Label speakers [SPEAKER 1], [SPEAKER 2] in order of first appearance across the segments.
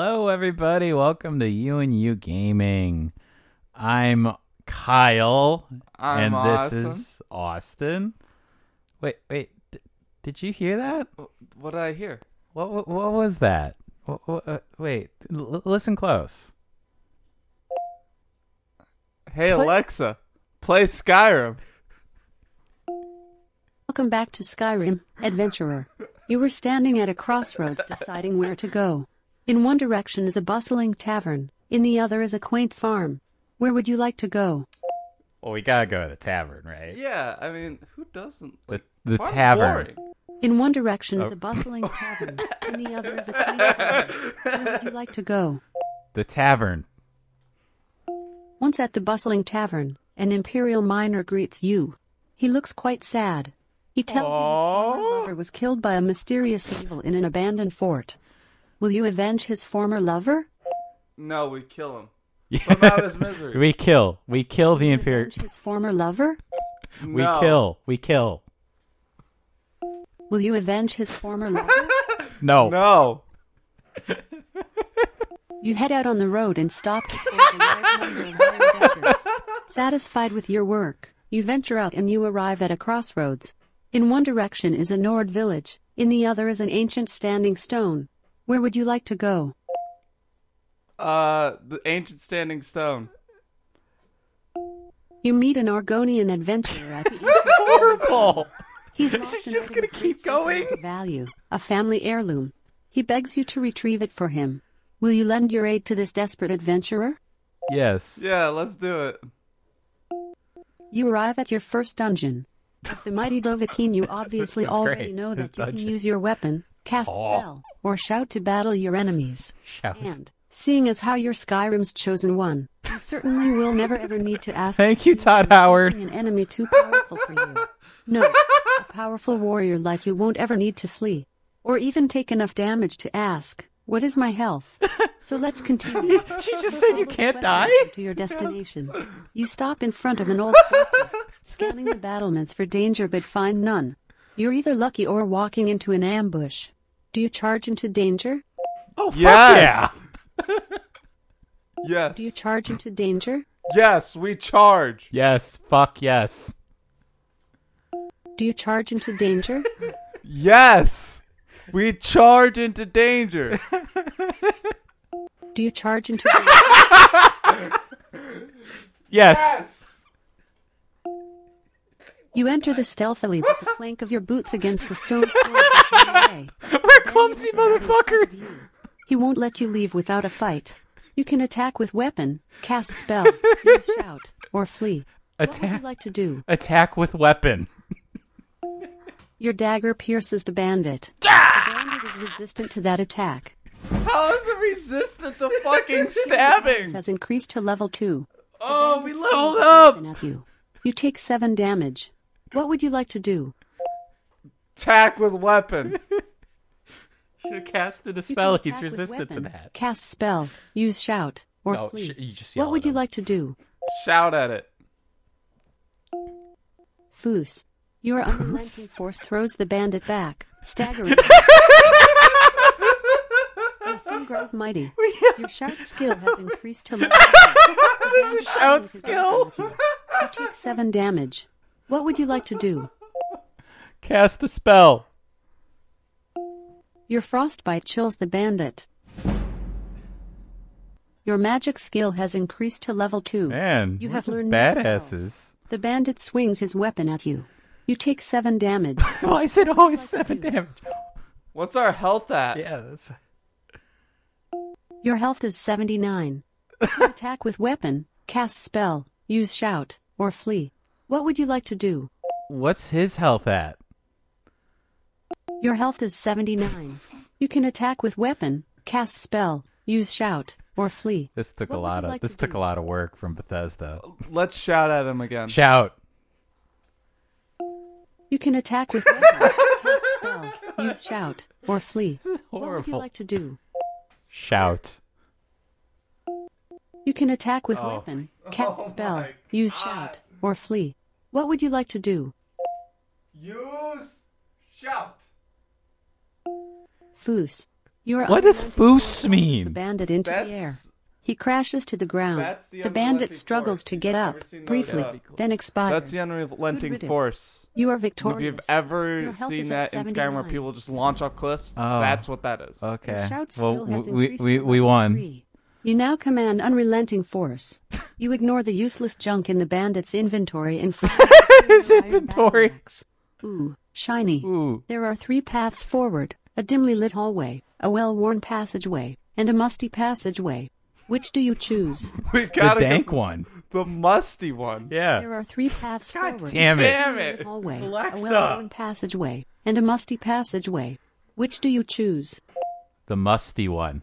[SPEAKER 1] everybody. Welcome to You and You Gaming. I'm Kyle,
[SPEAKER 2] I'm
[SPEAKER 1] and
[SPEAKER 2] awesome.
[SPEAKER 1] this is Austin. Wait, wait, d- did you hear that?
[SPEAKER 2] what did I hear?
[SPEAKER 1] What what, what was that? What, what, uh, wait, l- listen close. Play-
[SPEAKER 2] Hey Alexa, play Skyrim.
[SPEAKER 3] Welcome back to Skyrim, adventurer. You were standing at a crossroads deciding where to go. In one direction is a bustling tavern, in the other is a quaint farm. Where would you like to go?
[SPEAKER 1] Well, we gotta go to the tavern, right?
[SPEAKER 2] Yeah, I mean, who doesn't?
[SPEAKER 1] The-
[SPEAKER 2] like,
[SPEAKER 1] the
[SPEAKER 2] farm's
[SPEAKER 1] tavern.
[SPEAKER 2] boring.
[SPEAKER 3] In one direction is
[SPEAKER 1] Oh.
[SPEAKER 3] a bustling tavern, in the other is a quaint farm. Where would you like to go?
[SPEAKER 1] The tavern.
[SPEAKER 3] Once at the bustling tavern, an imperial miner greets you. He looks quite sad. He tells you his
[SPEAKER 2] Aww.
[SPEAKER 3] former lover was killed by a mysterious evil in an abandoned fort. Will you avenge his former lover?
[SPEAKER 2] No, we kill him. Put him out of his misery.
[SPEAKER 1] we kill. We kill the imperial.
[SPEAKER 3] Avenge his former lover?
[SPEAKER 1] We
[SPEAKER 2] No.
[SPEAKER 1] kill. We kill.
[SPEAKER 3] Will you avenge his former lover?
[SPEAKER 1] No.
[SPEAKER 2] No.
[SPEAKER 3] You head out on the road and stop to face a large number of wild Satisfied with your work, you venture out and you arrive at a crossroads. In one direction is a Nord village, in the other is an ancient standing stone. Where would you like to go?
[SPEAKER 2] Uh, the ancient standing stone.
[SPEAKER 3] You meet an Argonian adventurer at the
[SPEAKER 1] This is horrible.
[SPEAKER 3] He's lost
[SPEAKER 1] Is it just
[SPEAKER 3] and
[SPEAKER 1] gonna
[SPEAKER 3] holding a
[SPEAKER 1] keep
[SPEAKER 3] great sentimental
[SPEAKER 1] going?
[SPEAKER 3] Value, a family heirloom. He begs you to retrieve it for him. Will you lend your aid to this desperate adventurer?
[SPEAKER 1] Yes.
[SPEAKER 2] Yeah, let's do it.
[SPEAKER 3] You arrive at your first dungeon. As the mighty Dovahkiin, you obviously
[SPEAKER 1] is
[SPEAKER 3] already
[SPEAKER 1] great.
[SPEAKER 3] know
[SPEAKER 1] This
[SPEAKER 3] that you
[SPEAKER 1] dungeon.
[SPEAKER 3] can use your weapon, cast
[SPEAKER 1] Oh.
[SPEAKER 3] spell, or shout to battle your enemies.
[SPEAKER 1] Shout.
[SPEAKER 3] And, seeing as how you're Skyrim's chosen one, you certainly will never ever need to ask.
[SPEAKER 1] Thank you,
[SPEAKER 3] for
[SPEAKER 1] Todd
[SPEAKER 3] facing
[SPEAKER 1] Howard.
[SPEAKER 3] An enemy too powerful for you. No, a powerful warrior like you won't ever need to flee, or even take enough damage to ask, "What is my health?" So let's continue.
[SPEAKER 1] She just said you can't die.
[SPEAKER 3] To your destination, you stop in front of an old fortress, scanning the battlements for danger but find none. You're either lucky or walking into an ambush. Do you charge into danger?
[SPEAKER 1] Oh fuck
[SPEAKER 2] Yes. Yes.
[SPEAKER 3] Do you charge into danger?
[SPEAKER 2] yes, we charge.
[SPEAKER 1] yeah. Yes. Fuck yes.
[SPEAKER 3] Do you charge into danger?
[SPEAKER 2] Yes. We charge into danger.
[SPEAKER 3] Do you charge into danger?
[SPEAKER 1] Yes.
[SPEAKER 3] You enter the stealthily with the flank of your boots against the stone floor. of the doorway.
[SPEAKER 1] We're clumsy motherfuckers.
[SPEAKER 3] He won't let you leave without a fight. You can attack with weapon, cast spell, use shout, or flee. What would
[SPEAKER 1] Attack.
[SPEAKER 3] you like to do?
[SPEAKER 1] Attack with weapon.
[SPEAKER 3] Your dagger pierces the bandit. The bandit is resistant to that attack.
[SPEAKER 2] How is it resistant to fucking
[SPEAKER 3] It
[SPEAKER 2] stabbing?
[SPEAKER 3] has increased to level two.
[SPEAKER 2] Oh, we leveled
[SPEAKER 3] And
[SPEAKER 2] up.
[SPEAKER 3] At you, you take seven damage. What would you like to do?
[SPEAKER 2] Attack with weapon.
[SPEAKER 1] Should have casted a
[SPEAKER 3] You can
[SPEAKER 1] spell. He's
[SPEAKER 3] attack with
[SPEAKER 1] resistant to
[SPEAKER 3] weapon,
[SPEAKER 1] that.
[SPEAKER 3] Cast spell, use shout, or
[SPEAKER 1] No,
[SPEAKER 3] flee.
[SPEAKER 1] sh- you just yell
[SPEAKER 3] what
[SPEAKER 1] at
[SPEAKER 3] would you
[SPEAKER 1] him.
[SPEAKER 3] like to do?
[SPEAKER 2] Shout at it.
[SPEAKER 3] Foos. Your unrelenting force throws the bandit back, staggering. him. Your thing grows mighty. Your shout skill has increased to level two.
[SPEAKER 1] This is shout
[SPEAKER 3] His
[SPEAKER 1] skill.
[SPEAKER 3] weapon at You You take seven damage. What would you like to do?
[SPEAKER 1] Cast a spell.
[SPEAKER 3] Your frostbite chills the bandit. Your magic skill has increased to level two.
[SPEAKER 1] Man,
[SPEAKER 3] You
[SPEAKER 1] we're
[SPEAKER 3] have
[SPEAKER 1] just
[SPEAKER 3] learned new
[SPEAKER 1] badasses.
[SPEAKER 3] The bandit swings his weapon at you. You take seven damage.
[SPEAKER 1] Why is it always seven damage?
[SPEAKER 2] What's our health at?
[SPEAKER 1] Yeah, that's
[SPEAKER 3] Your health is 79. You Attack with weapon, cast spell, use shout, or flee. What would you like to do?
[SPEAKER 1] What's his health at?
[SPEAKER 3] Your health is 79. You can attack with weapon, cast spell, use shout, or flee.
[SPEAKER 1] This took
[SPEAKER 3] What
[SPEAKER 1] a
[SPEAKER 3] would
[SPEAKER 1] lot
[SPEAKER 3] you
[SPEAKER 1] of
[SPEAKER 3] like to
[SPEAKER 1] this took
[SPEAKER 3] do?
[SPEAKER 1] a lot of work from Bethesda.
[SPEAKER 2] Let's shout at him
[SPEAKER 1] Um,
[SPEAKER 2] again.
[SPEAKER 1] Shout.
[SPEAKER 3] You can attack with weapon, cast spell, use shout, or flee.
[SPEAKER 1] This is
[SPEAKER 3] What would you
[SPEAKER 1] horrible.
[SPEAKER 3] like to do?
[SPEAKER 1] Shout.
[SPEAKER 3] You can attack with
[SPEAKER 2] Oh.
[SPEAKER 3] weapon, cast
[SPEAKER 2] Oh
[SPEAKER 3] spell,
[SPEAKER 2] my
[SPEAKER 3] use
[SPEAKER 2] God.
[SPEAKER 3] shout, or flee. What would you like to do?
[SPEAKER 2] Use shout.
[SPEAKER 3] Foos. Your
[SPEAKER 1] What does
[SPEAKER 3] unarmed
[SPEAKER 1] foos
[SPEAKER 3] force tosses The
[SPEAKER 1] mean?
[SPEAKER 3] bandit into the air.
[SPEAKER 2] That's
[SPEAKER 3] He crashes to the ground.
[SPEAKER 2] That's the
[SPEAKER 3] bandit
[SPEAKER 2] unrelenting
[SPEAKER 3] struggles
[SPEAKER 2] force.
[SPEAKER 3] to
[SPEAKER 2] You've
[SPEAKER 3] get
[SPEAKER 2] never
[SPEAKER 3] up
[SPEAKER 2] seen those,
[SPEAKER 3] briefly,
[SPEAKER 2] uh,
[SPEAKER 3] then expires.
[SPEAKER 2] That's the unrelenting
[SPEAKER 3] Good riddance.
[SPEAKER 2] force.
[SPEAKER 3] You are
[SPEAKER 2] If you've
[SPEAKER 3] victorious.
[SPEAKER 2] ever
[SPEAKER 3] Your health
[SPEAKER 2] seen
[SPEAKER 3] is at
[SPEAKER 2] that in Skyrim where
[SPEAKER 3] 79.
[SPEAKER 2] people just launch off cliffs,
[SPEAKER 1] Oh.
[SPEAKER 2] that's what that is.
[SPEAKER 3] Your
[SPEAKER 1] Okay.
[SPEAKER 3] shout skill
[SPEAKER 1] Well,
[SPEAKER 3] has
[SPEAKER 1] we
[SPEAKER 3] increased
[SPEAKER 1] we,
[SPEAKER 3] to
[SPEAKER 1] we
[SPEAKER 3] level
[SPEAKER 1] won.
[SPEAKER 3] three. You now command unrelenting force. You ignore the useless junk in the bandit's inventory and fly
[SPEAKER 1] His
[SPEAKER 3] with your iron
[SPEAKER 1] inventory.
[SPEAKER 3] battle axe. Ooh, shiny.
[SPEAKER 1] Ooh.
[SPEAKER 3] There are three paths forward a dimly lit hallway, a well worn passageway, and a musty passageway. Which do you choose?
[SPEAKER 2] We
[SPEAKER 1] The
[SPEAKER 2] gotta
[SPEAKER 1] dank
[SPEAKER 2] go,
[SPEAKER 1] one.
[SPEAKER 2] the musty one.
[SPEAKER 1] Yeah.
[SPEAKER 3] There are three paths
[SPEAKER 2] God
[SPEAKER 3] forward
[SPEAKER 1] damn it.
[SPEAKER 2] Damn
[SPEAKER 3] a dimly lit
[SPEAKER 2] it.
[SPEAKER 3] hallway,
[SPEAKER 1] Alexa.
[SPEAKER 3] a well worn passageway, and a musty passageway. Which do you choose?
[SPEAKER 1] The musty one.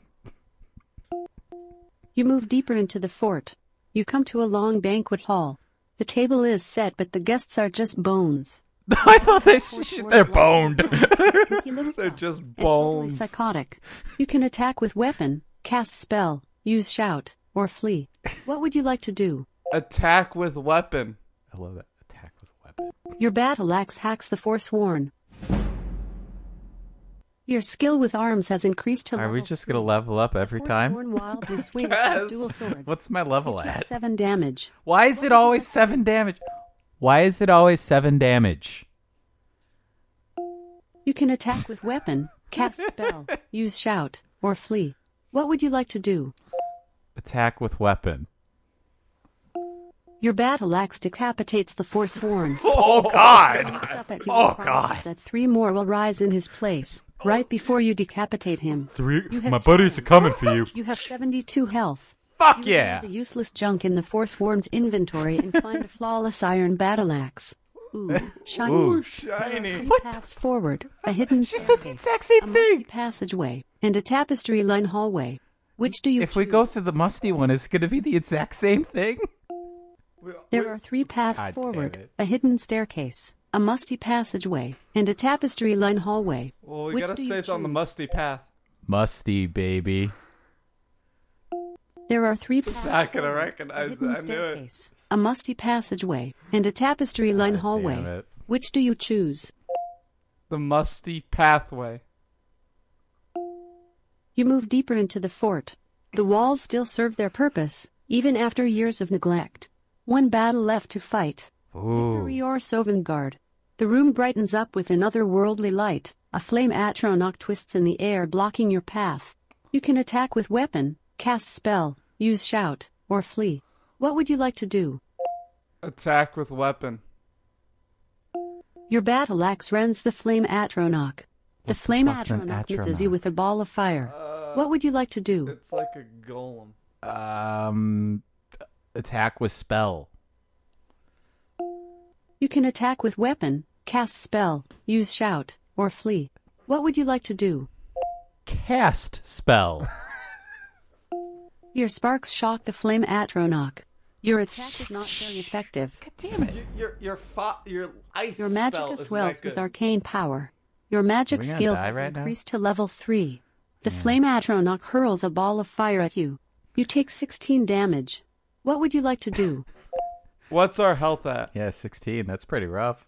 [SPEAKER 3] You move deeper into the fort. You come to a long banquet hall. The table is set, but the guests are just bones.
[SPEAKER 1] I thought they sh- they're boned.
[SPEAKER 3] He looks
[SPEAKER 2] They're
[SPEAKER 3] tough
[SPEAKER 2] just
[SPEAKER 3] and totally
[SPEAKER 2] bones.
[SPEAKER 3] psychotic. You can attack with weapon, cast spell, use shout, or flee. What would you like to do?
[SPEAKER 2] Attack with weapon.
[SPEAKER 1] I love that attack with a weapon.
[SPEAKER 3] Your battle axe hacks the forsworn. Your skill with arms has increased to
[SPEAKER 1] Are
[SPEAKER 3] level
[SPEAKER 1] we just gonna level up every time?
[SPEAKER 3] Forsworn wildly swings
[SPEAKER 2] Yes.
[SPEAKER 3] his dual swords.
[SPEAKER 1] What's my level
[SPEAKER 3] Take
[SPEAKER 1] at?
[SPEAKER 3] Seven damage.
[SPEAKER 1] Why is it always seven damage? Why is it always seven damage?
[SPEAKER 3] You can attack with weapon, cast spell, use shout, or flee. What would you like to do?
[SPEAKER 1] Attack with weapon.
[SPEAKER 3] Your battle axe decapitates the forsworn.
[SPEAKER 2] Oh, God.
[SPEAKER 3] looks up at you
[SPEAKER 1] Oh,
[SPEAKER 3] and promises that three more will rise in his place right before you decapitate him.
[SPEAKER 1] Three.
[SPEAKER 3] You have my
[SPEAKER 1] buddies are coming for you.
[SPEAKER 3] You have 72 health.
[SPEAKER 1] Fuck
[SPEAKER 3] You
[SPEAKER 1] yeah.
[SPEAKER 3] remove The useless junk in the Forsworn's inventory and find a flawless iron battle axe. Ooh, shiny.
[SPEAKER 2] Ooh,
[SPEAKER 3] There are
[SPEAKER 2] shiny.
[SPEAKER 3] three
[SPEAKER 1] What the-
[SPEAKER 3] paths forward, a hidden
[SPEAKER 1] She said the
[SPEAKER 3] staircase,
[SPEAKER 1] exact same
[SPEAKER 3] a musty
[SPEAKER 1] thing.
[SPEAKER 3] passageway, and a tapestry line hallway. Which do you
[SPEAKER 1] If we
[SPEAKER 3] choose?
[SPEAKER 1] go to the musty one, is it gonna be the exact same thing?
[SPEAKER 3] There are three paths
[SPEAKER 1] God damn
[SPEAKER 3] forward
[SPEAKER 1] it.
[SPEAKER 3] a hidden staircase, a musty passageway, and a tapestry line hallway.
[SPEAKER 2] Well, we
[SPEAKER 3] Which
[SPEAKER 2] gotta
[SPEAKER 3] do you
[SPEAKER 2] stay on the
[SPEAKER 3] choose?
[SPEAKER 2] musty path.
[SPEAKER 1] Musty baby.
[SPEAKER 3] There are three paths.
[SPEAKER 2] Not gonna
[SPEAKER 3] forward, a
[SPEAKER 2] recognize
[SPEAKER 3] hidden
[SPEAKER 2] that. I knew it.
[SPEAKER 3] staircase, a musty passageway, and a tapestry line
[SPEAKER 1] God damn
[SPEAKER 3] hallway.
[SPEAKER 1] it.
[SPEAKER 3] Which do you choose?
[SPEAKER 2] The musty pathway.
[SPEAKER 3] You move deeper into the fort. The walls still serve their purpose, even after years of neglect. One battle left to fight. Victory
[SPEAKER 1] Ooh.
[SPEAKER 3] or Sovngarde. The room brightens up with an otherworldly light. A flame atronach twists in the air, blocking your path. You can attack with weapon, cast spell, use shout, or flee. What would you like to do?
[SPEAKER 2] Attack with weapon.
[SPEAKER 3] Your battle axe rends the flame atronach. The
[SPEAKER 1] the
[SPEAKER 3] flame
[SPEAKER 1] fuck's an
[SPEAKER 3] atronach misses you
[SPEAKER 1] atronach?
[SPEAKER 3] with a ball of fire. what would you like to do?
[SPEAKER 2] It's like a golem.
[SPEAKER 1] Um, attack with spell.
[SPEAKER 3] You can attack with weapon, cast spell, use shout, or flee. What would you like to do?
[SPEAKER 1] Cast spell.
[SPEAKER 3] Your sparks shock the flame atronach. Your attack is not very effective.
[SPEAKER 1] God damn it.
[SPEAKER 2] Y- Your your fo- your ice.
[SPEAKER 3] Your
[SPEAKER 2] spell
[SPEAKER 3] magic
[SPEAKER 2] is
[SPEAKER 3] swells
[SPEAKER 2] not
[SPEAKER 3] with
[SPEAKER 2] good.
[SPEAKER 3] arcane power. Your magic
[SPEAKER 1] Are we gonna
[SPEAKER 3] skill
[SPEAKER 1] die
[SPEAKER 3] has
[SPEAKER 1] right now?
[SPEAKER 3] increased to level 3. The flame atronach hurls a ball of fire at you. You take 16 damage. What would you like to do?
[SPEAKER 2] What's our health at?
[SPEAKER 1] Yeah, 16. That's pretty rough.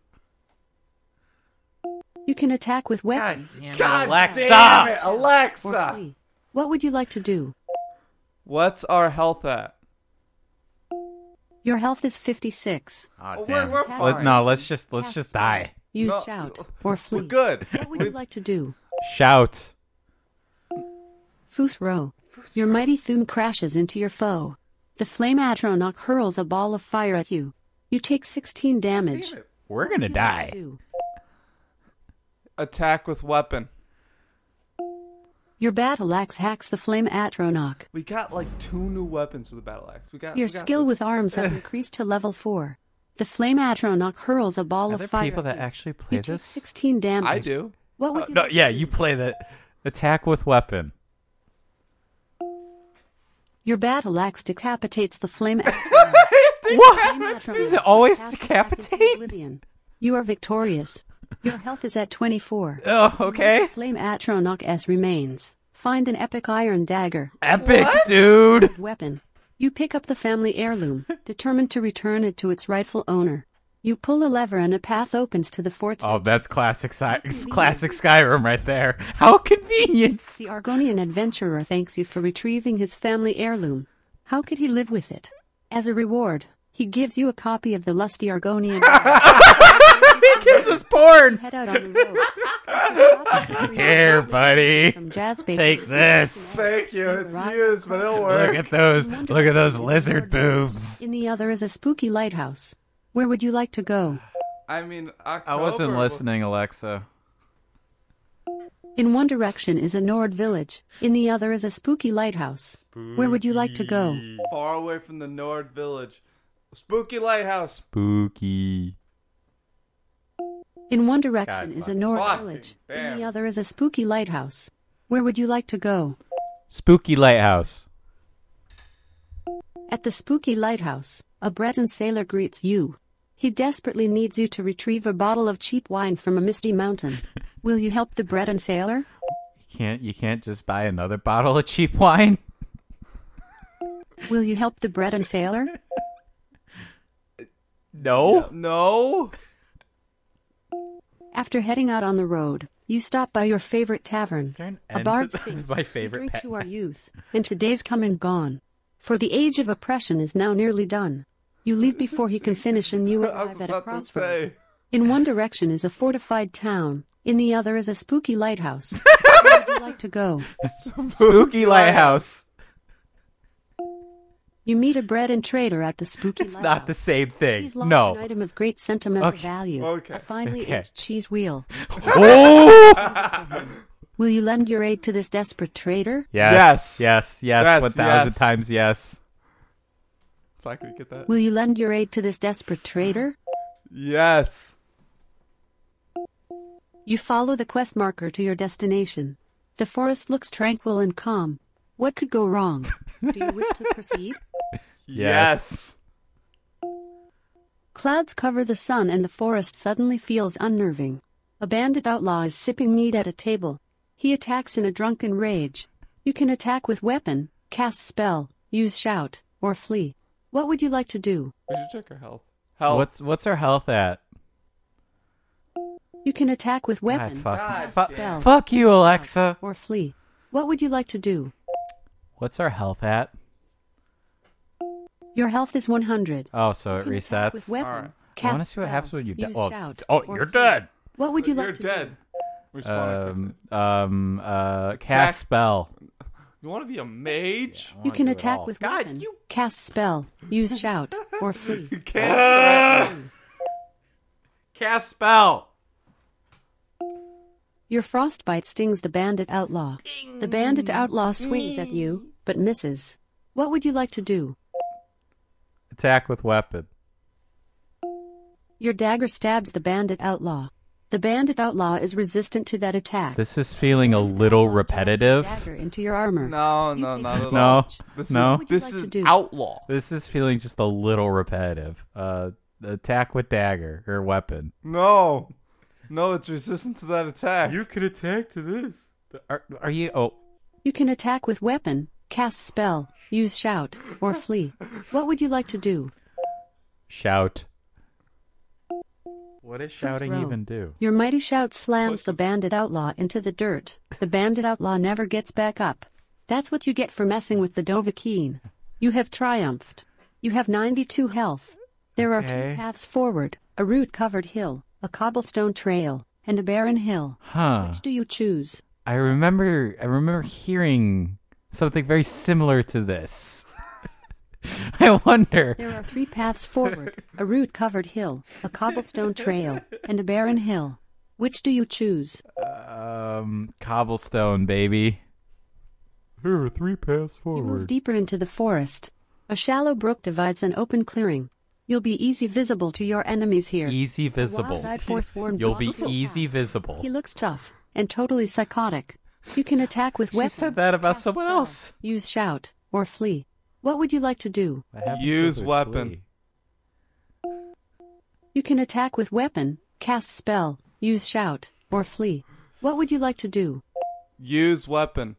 [SPEAKER 3] You can attack with weapon
[SPEAKER 1] damn
[SPEAKER 2] God
[SPEAKER 1] Alexa!
[SPEAKER 2] damn it,
[SPEAKER 3] or
[SPEAKER 2] Alexa.
[SPEAKER 3] flee. What would you like to do?
[SPEAKER 2] What's our health at?
[SPEAKER 3] Your health is 56.
[SPEAKER 1] Aw,
[SPEAKER 2] Oh,
[SPEAKER 1] damn.
[SPEAKER 2] we're-
[SPEAKER 3] we're
[SPEAKER 1] Let-
[SPEAKER 3] fine.
[SPEAKER 1] no, let's just let's just
[SPEAKER 3] Cast spell,
[SPEAKER 1] die.
[SPEAKER 3] Use
[SPEAKER 2] No,
[SPEAKER 3] shout
[SPEAKER 2] we're
[SPEAKER 3] or flee.
[SPEAKER 2] good.
[SPEAKER 3] What would you like to do?
[SPEAKER 1] Shout.
[SPEAKER 3] Foos Row. Your mighty Thum crashes into your foe. The flame atronach hurls a ball of fire at you. You take 16 damage.
[SPEAKER 1] We're
[SPEAKER 3] What would
[SPEAKER 1] gonna
[SPEAKER 3] you like
[SPEAKER 1] die.
[SPEAKER 3] to do?
[SPEAKER 2] Attack with weapon.
[SPEAKER 3] Your battle axe hacks the flame atronach.
[SPEAKER 2] We got like two new weapons for the battle axe. We got
[SPEAKER 3] Your
[SPEAKER 2] we got
[SPEAKER 3] skill
[SPEAKER 2] this.
[SPEAKER 3] with arms has increased to level 4. The flame atronach hurls a ball
[SPEAKER 1] Are
[SPEAKER 3] of
[SPEAKER 1] there
[SPEAKER 3] fire.
[SPEAKER 1] people
[SPEAKER 3] at
[SPEAKER 1] that
[SPEAKER 3] you.
[SPEAKER 1] actually
[SPEAKER 3] You
[SPEAKER 1] play
[SPEAKER 3] take
[SPEAKER 1] this?
[SPEAKER 3] 16 damage.
[SPEAKER 2] I do.
[SPEAKER 3] What would
[SPEAKER 1] Uh,
[SPEAKER 3] you
[SPEAKER 1] no,
[SPEAKER 3] like to
[SPEAKER 1] yeah,
[SPEAKER 3] do?
[SPEAKER 1] you play the attack with weapon.
[SPEAKER 3] Your battle axe decapitates the flame atronach.
[SPEAKER 1] What? Does it always
[SPEAKER 3] Cast back into
[SPEAKER 1] decapitate?
[SPEAKER 3] oblivion. You are victorious. Your health is at 24.
[SPEAKER 1] Oh, okay.
[SPEAKER 3] Flame Atronach S remains. Find an epic iron dagger
[SPEAKER 1] Epic, dude.
[SPEAKER 3] weapon. You pick up the family heirloom, determined to return it to its rightful owner. You pull a lever and a path opens to the fort's
[SPEAKER 1] Oh, that's classic Sky- classic Skyrim right there. How convenient.
[SPEAKER 3] The Argonian adventurer thanks you for retrieving his family heirloom. How could he live with it? As a reward, he gives you a copy of the Lusty Argonian.
[SPEAKER 1] he gives us porn.
[SPEAKER 3] Head out on the road. It's a copy to your
[SPEAKER 1] Here,
[SPEAKER 3] copy
[SPEAKER 1] buddy.
[SPEAKER 3] From Jazz Baker.
[SPEAKER 1] Take this.
[SPEAKER 2] Thank you. It's used, but it'll
[SPEAKER 1] Look
[SPEAKER 2] work.
[SPEAKER 1] at those. Look at those lizard boobs.
[SPEAKER 3] In the other is a spooky lighthouse. Where would you like to go?
[SPEAKER 2] I mean, October.
[SPEAKER 1] I wasn't
[SPEAKER 2] was-
[SPEAKER 1] listening, Alexa.
[SPEAKER 3] In one direction is a Nord village. In the other is a spooky lighthouse. Where would you like to go?
[SPEAKER 2] Far away from the Nord Village. Spooky Lighthouse.
[SPEAKER 1] Spooky.
[SPEAKER 3] In one direction
[SPEAKER 1] God,
[SPEAKER 3] is a Nord
[SPEAKER 2] fucking
[SPEAKER 3] village. In
[SPEAKER 2] damn.
[SPEAKER 3] the other is a spooky lighthouse. Where would you like to go?
[SPEAKER 1] Spooky lighthouse.
[SPEAKER 3] At the spooky lighthouse, a Breton sailor greets you. He desperately needs you to retrieve a bottle of cheap wine from a misty mountain. Will you help the Breton sailor?
[SPEAKER 1] You can't. You can't just buy another bottle of cheap wine.
[SPEAKER 3] Will you help the Breton sailor?
[SPEAKER 1] No.
[SPEAKER 2] No.
[SPEAKER 3] After heading out on the road, you stop by your favorite tavern.
[SPEAKER 1] Is there an
[SPEAKER 3] a
[SPEAKER 1] end
[SPEAKER 3] bard
[SPEAKER 1] to-
[SPEAKER 3] sings,
[SPEAKER 1] my
[SPEAKER 3] "We
[SPEAKER 1] favorite
[SPEAKER 3] drink
[SPEAKER 1] pet-
[SPEAKER 3] to our youth, and today's come and gone. For the age of oppression is now nearly done. You leave before he can finish, and you
[SPEAKER 2] I was
[SPEAKER 3] arrive at a
[SPEAKER 2] about to
[SPEAKER 3] crossroads.
[SPEAKER 2] say.
[SPEAKER 3] In one direction is a fortified town, in the other is a spooky lighthouse. Where would you like to go?
[SPEAKER 1] Spooky lighthouse.
[SPEAKER 3] You meet a bread and trader at the spooky
[SPEAKER 1] It's
[SPEAKER 3] lighthouse.
[SPEAKER 1] not the same thing.
[SPEAKER 3] He's lost an
[SPEAKER 1] No.
[SPEAKER 3] item of great sentimental
[SPEAKER 1] Okay.
[SPEAKER 3] value.
[SPEAKER 2] Okay.
[SPEAKER 3] A finely
[SPEAKER 1] Okay.
[SPEAKER 3] aged cheese wheel.
[SPEAKER 1] Oh.
[SPEAKER 3] Will you lend your aid to this desperate trader?
[SPEAKER 1] Yes. Yes. Yes.
[SPEAKER 2] Yes,
[SPEAKER 1] One thousand
[SPEAKER 2] yes.
[SPEAKER 1] times yes.
[SPEAKER 2] It's like we get that.
[SPEAKER 3] Will you lend your aid to this desperate trader?
[SPEAKER 2] Yes.
[SPEAKER 3] You follow the quest marker to your destination. The forest looks tranquil and calm. What could go wrong? Do you wish to proceed?
[SPEAKER 1] Yes.
[SPEAKER 3] Clouds cover the sun and the forest suddenly feels unnerving. A bandit outlaw is sipping mead at a table. He attacks in a drunken rage. You can attack with weapon, cast spell, use shout, or flee. What would you like to do?
[SPEAKER 2] We should check our health. Health.
[SPEAKER 1] What's What's our health at?
[SPEAKER 3] You can attack with weapon,
[SPEAKER 1] God, fuck.
[SPEAKER 2] God
[SPEAKER 1] Fuck-
[SPEAKER 3] damn.
[SPEAKER 1] fuck you, Alexa.
[SPEAKER 3] or flee. What would you like to do?
[SPEAKER 1] What's our health at?
[SPEAKER 3] Your health is 100.
[SPEAKER 1] Oh, so it
[SPEAKER 3] You can
[SPEAKER 1] resets.
[SPEAKER 3] attack With weapon,
[SPEAKER 2] Alright.
[SPEAKER 1] I
[SPEAKER 3] cast
[SPEAKER 1] want to see what
[SPEAKER 3] spell,
[SPEAKER 1] happens when you die.
[SPEAKER 3] use
[SPEAKER 1] Oh,
[SPEAKER 3] shout,
[SPEAKER 1] oh,
[SPEAKER 3] or
[SPEAKER 1] you're
[SPEAKER 3] flee.
[SPEAKER 1] dead.
[SPEAKER 3] What would you like
[SPEAKER 2] You're
[SPEAKER 3] to
[SPEAKER 2] dead.
[SPEAKER 3] do?
[SPEAKER 2] We just wanna fix
[SPEAKER 1] Um, um, uh,
[SPEAKER 2] Attack.
[SPEAKER 1] cast spell.
[SPEAKER 2] it. you want to be a
[SPEAKER 1] I
[SPEAKER 2] mage?
[SPEAKER 3] You
[SPEAKER 1] wanna
[SPEAKER 3] can
[SPEAKER 1] do it
[SPEAKER 3] attack
[SPEAKER 1] all.
[SPEAKER 3] with
[SPEAKER 1] God,
[SPEAKER 3] weapon,
[SPEAKER 1] you-
[SPEAKER 3] cast spell, use shout, or flee.
[SPEAKER 2] You can't.
[SPEAKER 1] Cast spell.
[SPEAKER 3] Your frostbite stings the bandit outlaw. The bandit outlaw swings at you, but misses. What would you like to do?
[SPEAKER 1] Attack with weapon.
[SPEAKER 3] Your dagger stabs the bandit outlaw. The bandit outlaw is resistant to that attack.
[SPEAKER 1] This is feeling a little repetitive.
[SPEAKER 3] Dagger into your armor.
[SPEAKER 2] no,
[SPEAKER 3] You
[SPEAKER 2] no,
[SPEAKER 3] take
[SPEAKER 2] not at
[SPEAKER 3] advantage.
[SPEAKER 2] all.
[SPEAKER 1] No,
[SPEAKER 2] This
[SPEAKER 1] no.
[SPEAKER 3] What would you
[SPEAKER 2] This
[SPEAKER 3] like
[SPEAKER 2] is
[SPEAKER 3] to do?
[SPEAKER 2] outlaw.
[SPEAKER 1] This is feeling just a little repetitive. Uh, attack with dagger or weapon.
[SPEAKER 2] No, no, it's resistant to that attack.
[SPEAKER 1] could attack to this. Are, are you? Oh,
[SPEAKER 3] You can attack with weapon, cast spell, use shout, or flee. What would you like to do?
[SPEAKER 1] shout. What does shouting
[SPEAKER 3] row.
[SPEAKER 1] even do?
[SPEAKER 3] Your mighty shout slams the bandit outlaw into the dirt. The bandit outlaw never gets back up. That's what you get for messing with the Dovahkiin. You have triumphed. You have 92 health. There are
[SPEAKER 1] Okay.
[SPEAKER 3] three paths forward a root covered hill, a cobblestone trail, and a barren hill.
[SPEAKER 1] Huh.
[SPEAKER 3] Which do you choose?
[SPEAKER 1] I remember I remember hearing something very similar to this. I wonder.
[SPEAKER 3] There are three paths forward a root covered hill, a cobblestone trail, and a barren hill. Which do you choose?
[SPEAKER 1] Um cobblestone baby. Here are three paths
[SPEAKER 3] You move deeper into the forest. A shallow brook divides an open clearing. You'll be easy visible to your enemies here.
[SPEAKER 1] Easy
[SPEAKER 3] A
[SPEAKER 1] visible.
[SPEAKER 3] wild-eyed forsworn
[SPEAKER 1] You'll be
[SPEAKER 3] blossom of
[SPEAKER 1] easy
[SPEAKER 3] path.
[SPEAKER 1] visible.
[SPEAKER 3] He looks tough and totally psychotic. You can attack with
[SPEAKER 1] She
[SPEAKER 3] weapon.
[SPEAKER 1] said that about
[SPEAKER 3] cast
[SPEAKER 1] someone
[SPEAKER 3] spell,
[SPEAKER 1] else.
[SPEAKER 3] Use shout or flee. What would you like to do?
[SPEAKER 1] What happens if
[SPEAKER 2] Use
[SPEAKER 1] we
[SPEAKER 2] weapon.
[SPEAKER 1] flee?
[SPEAKER 3] You can attack with weapon, cast spell, use shout or flee. What would you like to do?
[SPEAKER 2] Use weapon.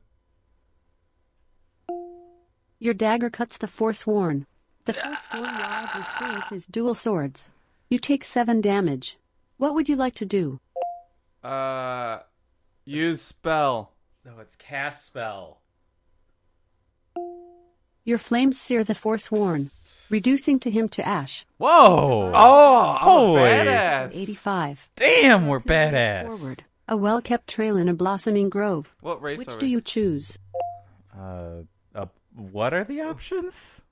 [SPEAKER 3] Your dagger cuts the forsworn. The forsworn wildly swings his dual swords. You take 7 damage. What would you like to do?
[SPEAKER 2] Uh, use spell.
[SPEAKER 4] No, it's cast spell.
[SPEAKER 3] Your flames sear the Forsworn, reducing to him to ash.
[SPEAKER 1] Whoa!
[SPEAKER 2] Oh, I'm
[SPEAKER 1] Holy.
[SPEAKER 2] a badass.
[SPEAKER 3] 85.
[SPEAKER 1] damn, we're
[SPEAKER 3] Two moves
[SPEAKER 1] badass.
[SPEAKER 3] Forward, a well-kept trail in a blossoming grove.
[SPEAKER 2] What race
[SPEAKER 3] Which
[SPEAKER 2] are
[SPEAKER 3] do
[SPEAKER 2] we?
[SPEAKER 3] you choose?
[SPEAKER 1] Uh, uh, what are the options?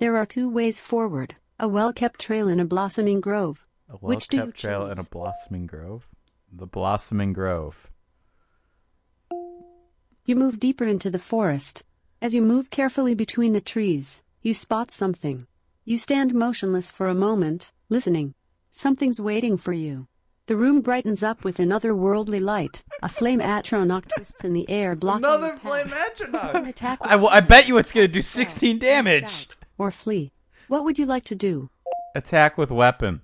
[SPEAKER 3] There are two ways forward. A well-kept trail in a blossoming grove.
[SPEAKER 1] A
[SPEAKER 3] Which do you
[SPEAKER 1] well-kept trail and a
[SPEAKER 3] choose?
[SPEAKER 1] blossoming grove. The blossoming grove.
[SPEAKER 3] You move deeper into the forest. As you move carefully between the trees, you spot something. You stand motionless for a moment, listening. Something's waiting for you. The room brightens up with an otherworldly light. A flame atronach twists in the air, blocking your
[SPEAKER 2] Another
[SPEAKER 3] path.
[SPEAKER 2] flame
[SPEAKER 3] An
[SPEAKER 2] atronach.
[SPEAKER 3] attack
[SPEAKER 1] I,
[SPEAKER 3] will-
[SPEAKER 1] will- I bet you it's gonna do 16 damage.
[SPEAKER 3] Shout Or flee. What would you like to do?
[SPEAKER 1] Attack with weapon.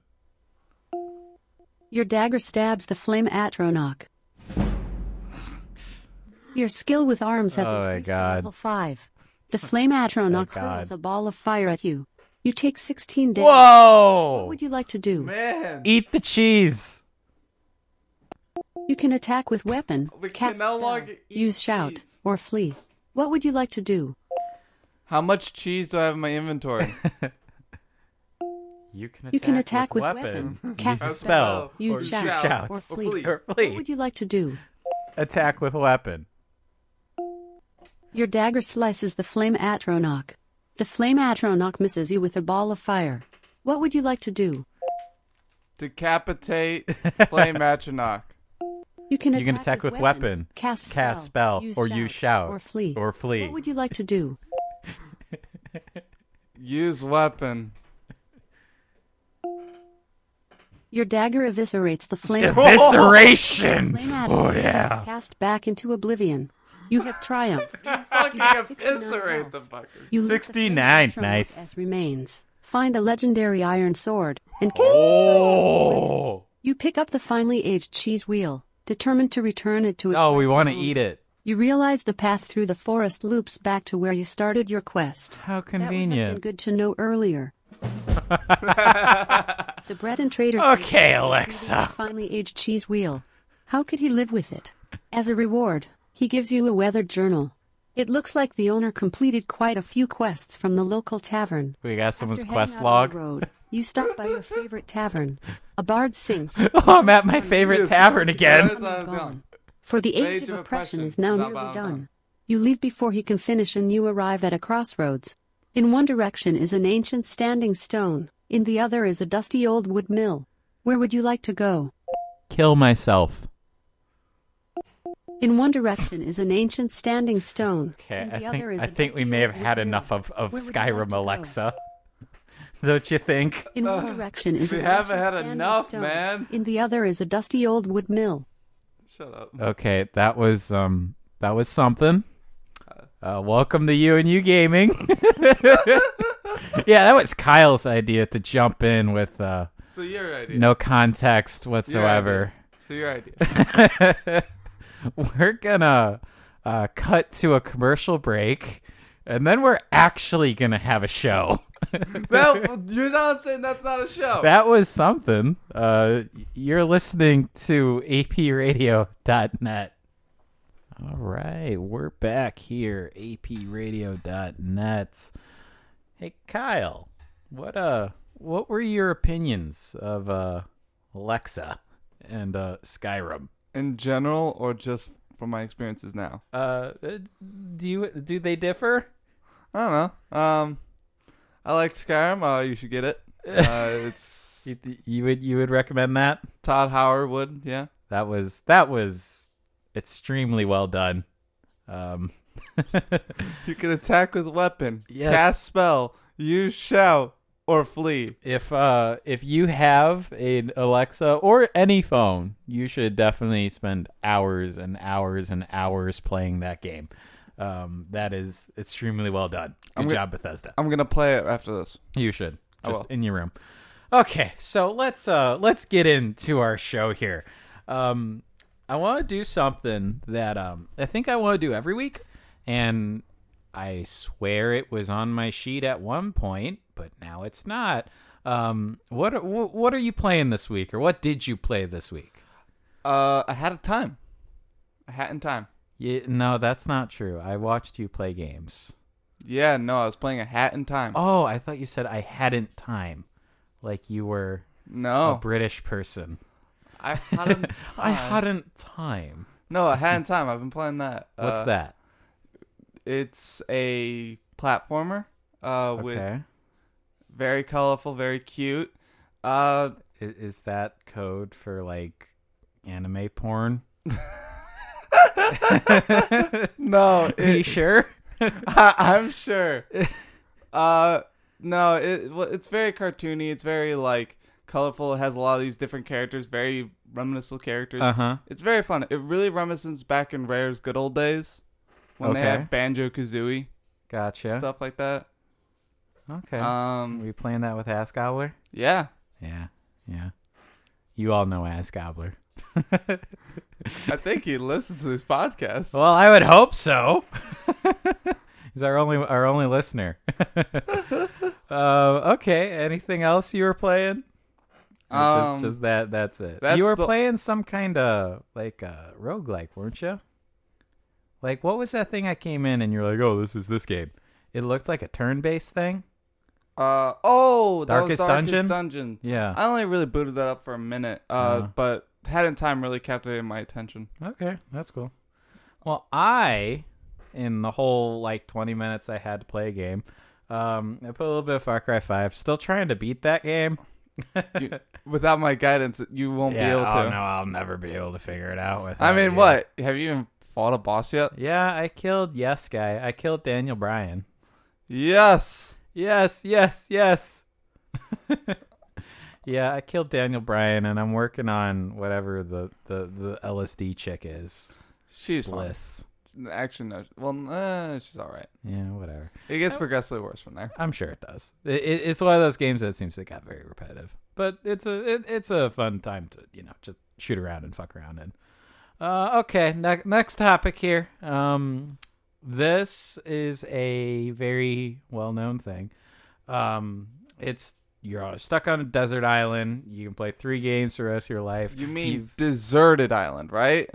[SPEAKER 3] Your dagger stabs the flame atronach. Your skill with arms has
[SPEAKER 1] Oh my
[SPEAKER 3] increased to
[SPEAKER 1] God.
[SPEAKER 3] level 5. The flame atronach
[SPEAKER 1] God.
[SPEAKER 3] hurls a ball of fire at you. You take 16 damage. What
[SPEAKER 1] Whoa!
[SPEAKER 3] would you like to do?
[SPEAKER 2] Man,
[SPEAKER 1] Eat the cheese.
[SPEAKER 3] You can attack with weapon,
[SPEAKER 2] We can
[SPEAKER 3] cast
[SPEAKER 2] no
[SPEAKER 3] spell,
[SPEAKER 2] longer eat
[SPEAKER 3] use shout,
[SPEAKER 2] cheese.
[SPEAKER 3] or flee. What would you like to do?
[SPEAKER 2] how much cheese do I have in my inventory?
[SPEAKER 1] You can attack,
[SPEAKER 3] You can attack with weapon, cast
[SPEAKER 1] Use a
[SPEAKER 3] spell,
[SPEAKER 1] spell.
[SPEAKER 3] use
[SPEAKER 1] or
[SPEAKER 3] shout,
[SPEAKER 1] shout,
[SPEAKER 3] or
[SPEAKER 1] or
[SPEAKER 3] flee.
[SPEAKER 2] flee.
[SPEAKER 1] Or
[SPEAKER 3] What
[SPEAKER 1] flee.
[SPEAKER 3] would you like to do?
[SPEAKER 1] Attack with weapon.
[SPEAKER 3] Your dagger slices the flame atronach. The flame atronach misses you with a ball of fire. What would you like to do?
[SPEAKER 2] Decapitate flame atronach.
[SPEAKER 3] can
[SPEAKER 1] You can attack with weapon,
[SPEAKER 3] cast,
[SPEAKER 1] cast spell,
[SPEAKER 3] use
[SPEAKER 1] or use shout,
[SPEAKER 3] or flee.
[SPEAKER 1] or flee.
[SPEAKER 3] What would you like to do?
[SPEAKER 2] Use weapon.
[SPEAKER 3] Your dagger eviscerates the flame.
[SPEAKER 1] Evisceration.
[SPEAKER 3] flame oh yeah. Cast back into oblivion. You have triumph.
[SPEAKER 2] Fucking
[SPEAKER 3] have 69
[SPEAKER 2] eviscerate the fucker.
[SPEAKER 3] You leave the flame
[SPEAKER 1] 69,
[SPEAKER 3] atronach
[SPEAKER 1] nice.
[SPEAKER 3] As remains. Find a legendary iron sword and cast
[SPEAKER 1] Oh.
[SPEAKER 3] You pick up the finely aged cheese wheel, determined to return it to its
[SPEAKER 1] Oh, we want to eat it.
[SPEAKER 3] You realize the path through the forest loops back to where you started your quest.
[SPEAKER 1] How
[SPEAKER 3] That would have been
[SPEAKER 1] convenient.
[SPEAKER 3] good to know earlier. the bread and trader.
[SPEAKER 1] Okay,
[SPEAKER 3] The
[SPEAKER 1] Alexa.
[SPEAKER 3] finely aged cheese wheel. How could he live with it? As a reward, he gives you a weathered journal. It looks like the owner completed quite a few quests from the local tavern.
[SPEAKER 1] We got someone's
[SPEAKER 3] After
[SPEAKER 1] quest
[SPEAKER 3] heading out on
[SPEAKER 1] log.
[SPEAKER 3] the Road, you stop by your favorite tavern. A bard sings.
[SPEAKER 1] Oh, I'm at my favorite tavern again.
[SPEAKER 2] That's what I'm
[SPEAKER 3] Gone.
[SPEAKER 2] doing.
[SPEAKER 3] For the age, of, oppression is now
[SPEAKER 2] Blah,
[SPEAKER 3] nearly
[SPEAKER 2] blah, blah.
[SPEAKER 3] done. You leave before he can finish and you arrive at a crossroads. In one direction is an ancient standing stone, in the other is a dusty old wood mill. Where would you like to go?
[SPEAKER 1] Kill myself.
[SPEAKER 3] In one direction is an ancient standing stone.
[SPEAKER 1] Okay,
[SPEAKER 3] in the
[SPEAKER 1] I
[SPEAKER 3] other is
[SPEAKER 1] think I
[SPEAKER 3] a
[SPEAKER 1] think we
[SPEAKER 3] dusty
[SPEAKER 1] may
[SPEAKER 3] old
[SPEAKER 1] have had
[SPEAKER 3] wood mill.
[SPEAKER 1] enough of, of
[SPEAKER 3] Where would you like
[SPEAKER 1] Skyrim
[SPEAKER 3] to go?
[SPEAKER 1] Alexa. Don't you think?
[SPEAKER 3] In one direction is
[SPEAKER 2] we
[SPEAKER 3] an
[SPEAKER 2] haven't
[SPEAKER 3] ancient
[SPEAKER 2] had
[SPEAKER 3] standing
[SPEAKER 2] enough,
[SPEAKER 3] stone.
[SPEAKER 2] man.
[SPEAKER 3] In the other is a dusty old wood mill.
[SPEAKER 2] Shut up.
[SPEAKER 1] Okay, that was um that was something. Uh, welcome to you and you gaming. yeah, that was Kyle's idea to jump in with uh,
[SPEAKER 2] So your idea.
[SPEAKER 1] no context
[SPEAKER 2] Your
[SPEAKER 1] whatsoever.
[SPEAKER 2] idea. So your idea.
[SPEAKER 1] we're gonna uh, cut to a commercial break, and then we're actually gonna have a show.
[SPEAKER 2] that, you're not saying that's not a show.
[SPEAKER 1] that was something. Uh, you're listening to APRadio.net. All right, we're back here, APRadio.net. Hey, Kyle, what uh, what were your opinions of uh, Alexa and uh, Skyrim?
[SPEAKER 2] In general, or just from my experiences now?
[SPEAKER 1] Uh, do you do they differ?
[SPEAKER 2] I don't know. Um, I like Skyrim. Uh, you should get it. Uh, it's
[SPEAKER 1] You, you would you would recommend that?
[SPEAKER 2] Todd Howard would. Yeah.
[SPEAKER 1] That was that was extremely well done. Um,
[SPEAKER 2] You can attack with weapon,
[SPEAKER 1] Yes.
[SPEAKER 2] cast spell, use shout, or flee.
[SPEAKER 1] if uh if you have an Alexa or any phone, you should definitely spend hours and hours and hours playing that game. Um, that is extremely well done. Good
[SPEAKER 2] I'm go-
[SPEAKER 1] job, Bethesda.
[SPEAKER 2] I'm gonna play it after this.
[SPEAKER 1] You should
[SPEAKER 2] I
[SPEAKER 1] just
[SPEAKER 2] will.
[SPEAKER 1] in your room. Okay, so let's uh let's get into our show here. Um, I want to do something that um I think I want to do every week, and I swear it was on my sheet at one point, but now it's not. Um, what are- wh- what are you playing this week, or what did you play this week?
[SPEAKER 2] Uh, I had a time. I had in time.
[SPEAKER 1] Yeah, no, that's not true. I watched you play games.
[SPEAKER 2] Yeah, no, I was playing a hat in time.
[SPEAKER 1] Oh, I thought you said I hadn't time, like you were a
[SPEAKER 2] no,
[SPEAKER 1] British person.
[SPEAKER 2] I hadn't. Time.
[SPEAKER 1] Oh, I hadn't time.
[SPEAKER 2] No, a hat in time. I've been playing that.
[SPEAKER 1] What's
[SPEAKER 2] Uh,
[SPEAKER 1] that?
[SPEAKER 2] It's a platformer uh, with
[SPEAKER 1] Okay,
[SPEAKER 2] very colorful, very cute. Uh,
[SPEAKER 1] I- is that code for like anime porn?
[SPEAKER 2] no,
[SPEAKER 1] Are you
[SPEAKER 2] it,
[SPEAKER 1] sure?
[SPEAKER 2] I, I'm sure. Uh, no, it well, it's very cartoony. It's very like colorful. It has a lot of these different characters, very reminiscent characters.
[SPEAKER 1] Uh huh.
[SPEAKER 2] It's very fun. It really reminisces back in Rare's good old days when they
[SPEAKER 1] Okay.
[SPEAKER 2] had Banjo Kazooie
[SPEAKER 1] Gotcha.
[SPEAKER 2] stuff like that.
[SPEAKER 1] Okay. were
[SPEAKER 2] Um,
[SPEAKER 1] you playing that with Ass Gobbler?
[SPEAKER 2] yeah,
[SPEAKER 1] Yeah, yeah. You all know Ass Gobbler.
[SPEAKER 2] I think he listens to this podcast.
[SPEAKER 1] Well, I would hope so. He's our only our only listener. uh, okay. Anything else you were playing? Or
[SPEAKER 2] Um,
[SPEAKER 1] just, just that. That's it.
[SPEAKER 2] that's
[SPEAKER 1] you were
[SPEAKER 2] the-
[SPEAKER 1] playing some kind of like uh, roguelike, weren't you? Like what was that thing I came in and you're like, oh, this is this game. It looked like a turn-based thing.
[SPEAKER 2] uh, oh, that
[SPEAKER 1] Darkest
[SPEAKER 2] was Darkest
[SPEAKER 1] Dungeon?
[SPEAKER 2] Dungeon.
[SPEAKER 1] Yeah.
[SPEAKER 2] I only really booted that up for a minute, uh,
[SPEAKER 1] Uh-huh.
[SPEAKER 2] but Had in Time really captivated my attention.
[SPEAKER 1] Okay, that's cool. Well, I, in the whole like 20 minutes I had to play a game, um, I put a little bit of Far Cry 5. Still trying to beat that game.
[SPEAKER 2] You- without my guidance, you won't be
[SPEAKER 1] yeah,
[SPEAKER 2] able to.
[SPEAKER 1] Oh, no, Oh, I'll never be able to figure it out. Without
[SPEAKER 2] I mean,
[SPEAKER 1] you.
[SPEAKER 2] what? Have you even fought a boss yet?
[SPEAKER 1] Yeah, I killed Yes Guy. I killed Daniel Bryan.
[SPEAKER 2] Yes.
[SPEAKER 1] Yes, yes, yes. yeah, I killed Daniel Bryan, and I'm working on whatever the, the, the LSD chick is.
[SPEAKER 2] She's fine.
[SPEAKER 1] Bliss.
[SPEAKER 2] Actually, no. Well, uh, she's all right.
[SPEAKER 1] Yeah, whatever.
[SPEAKER 2] It gets progressively worse from there.
[SPEAKER 1] I'm sure it does. It, it, it's one of those games that seems to got very repetitive, but it's a it, it's a fun time to you know just shoot around and fuck around in. Uh, okay, ne- next topic here. Um, this is a very well known thing. Um, it's you're stuck on a desert island. You can play three games for the rest of your life.
[SPEAKER 2] You mean
[SPEAKER 1] You've-
[SPEAKER 2] deserted island, right?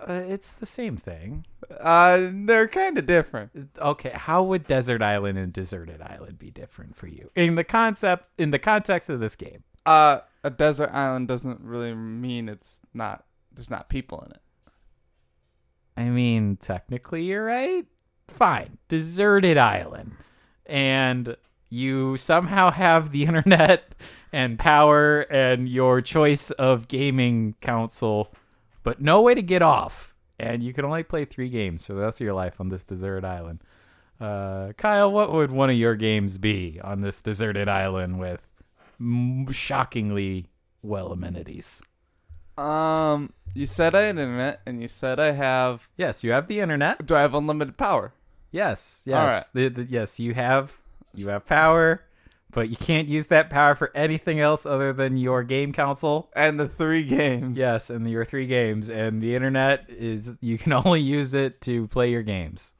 [SPEAKER 1] uh, it's the same thing?
[SPEAKER 2] Uh, they're kind of different.
[SPEAKER 1] okay how would desert island and deserted island be different for you in the concept in the context of this game
[SPEAKER 2] Uh, a desert island doesn't really mean it's not. There's not people in it.
[SPEAKER 1] i mean technically you're right fine deserted island and you somehow have the internet and power and your choice of gaming console but no way to get off and you can only play three games for the rest of your life on this deserted island uh, kyle what would one of your games be on this deserted island with m- shockingly well amenities
[SPEAKER 2] Um, you said I had internet, and you said I have.
[SPEAKER 1] yes you have the internet
[SPEAKER 2] Do I have unlimited power?
[SPEAKER 1] Yes,
[SPEAKER 2] All right.
[SPEAKER 1] yes, the, the, yes. You have you have power, but you can't use that power for anything else other than your game console.
[SPEAKER 2] And the three games.
[SPEAKER 1] Yes, and your three games, and the internet is you can only use it to play your games.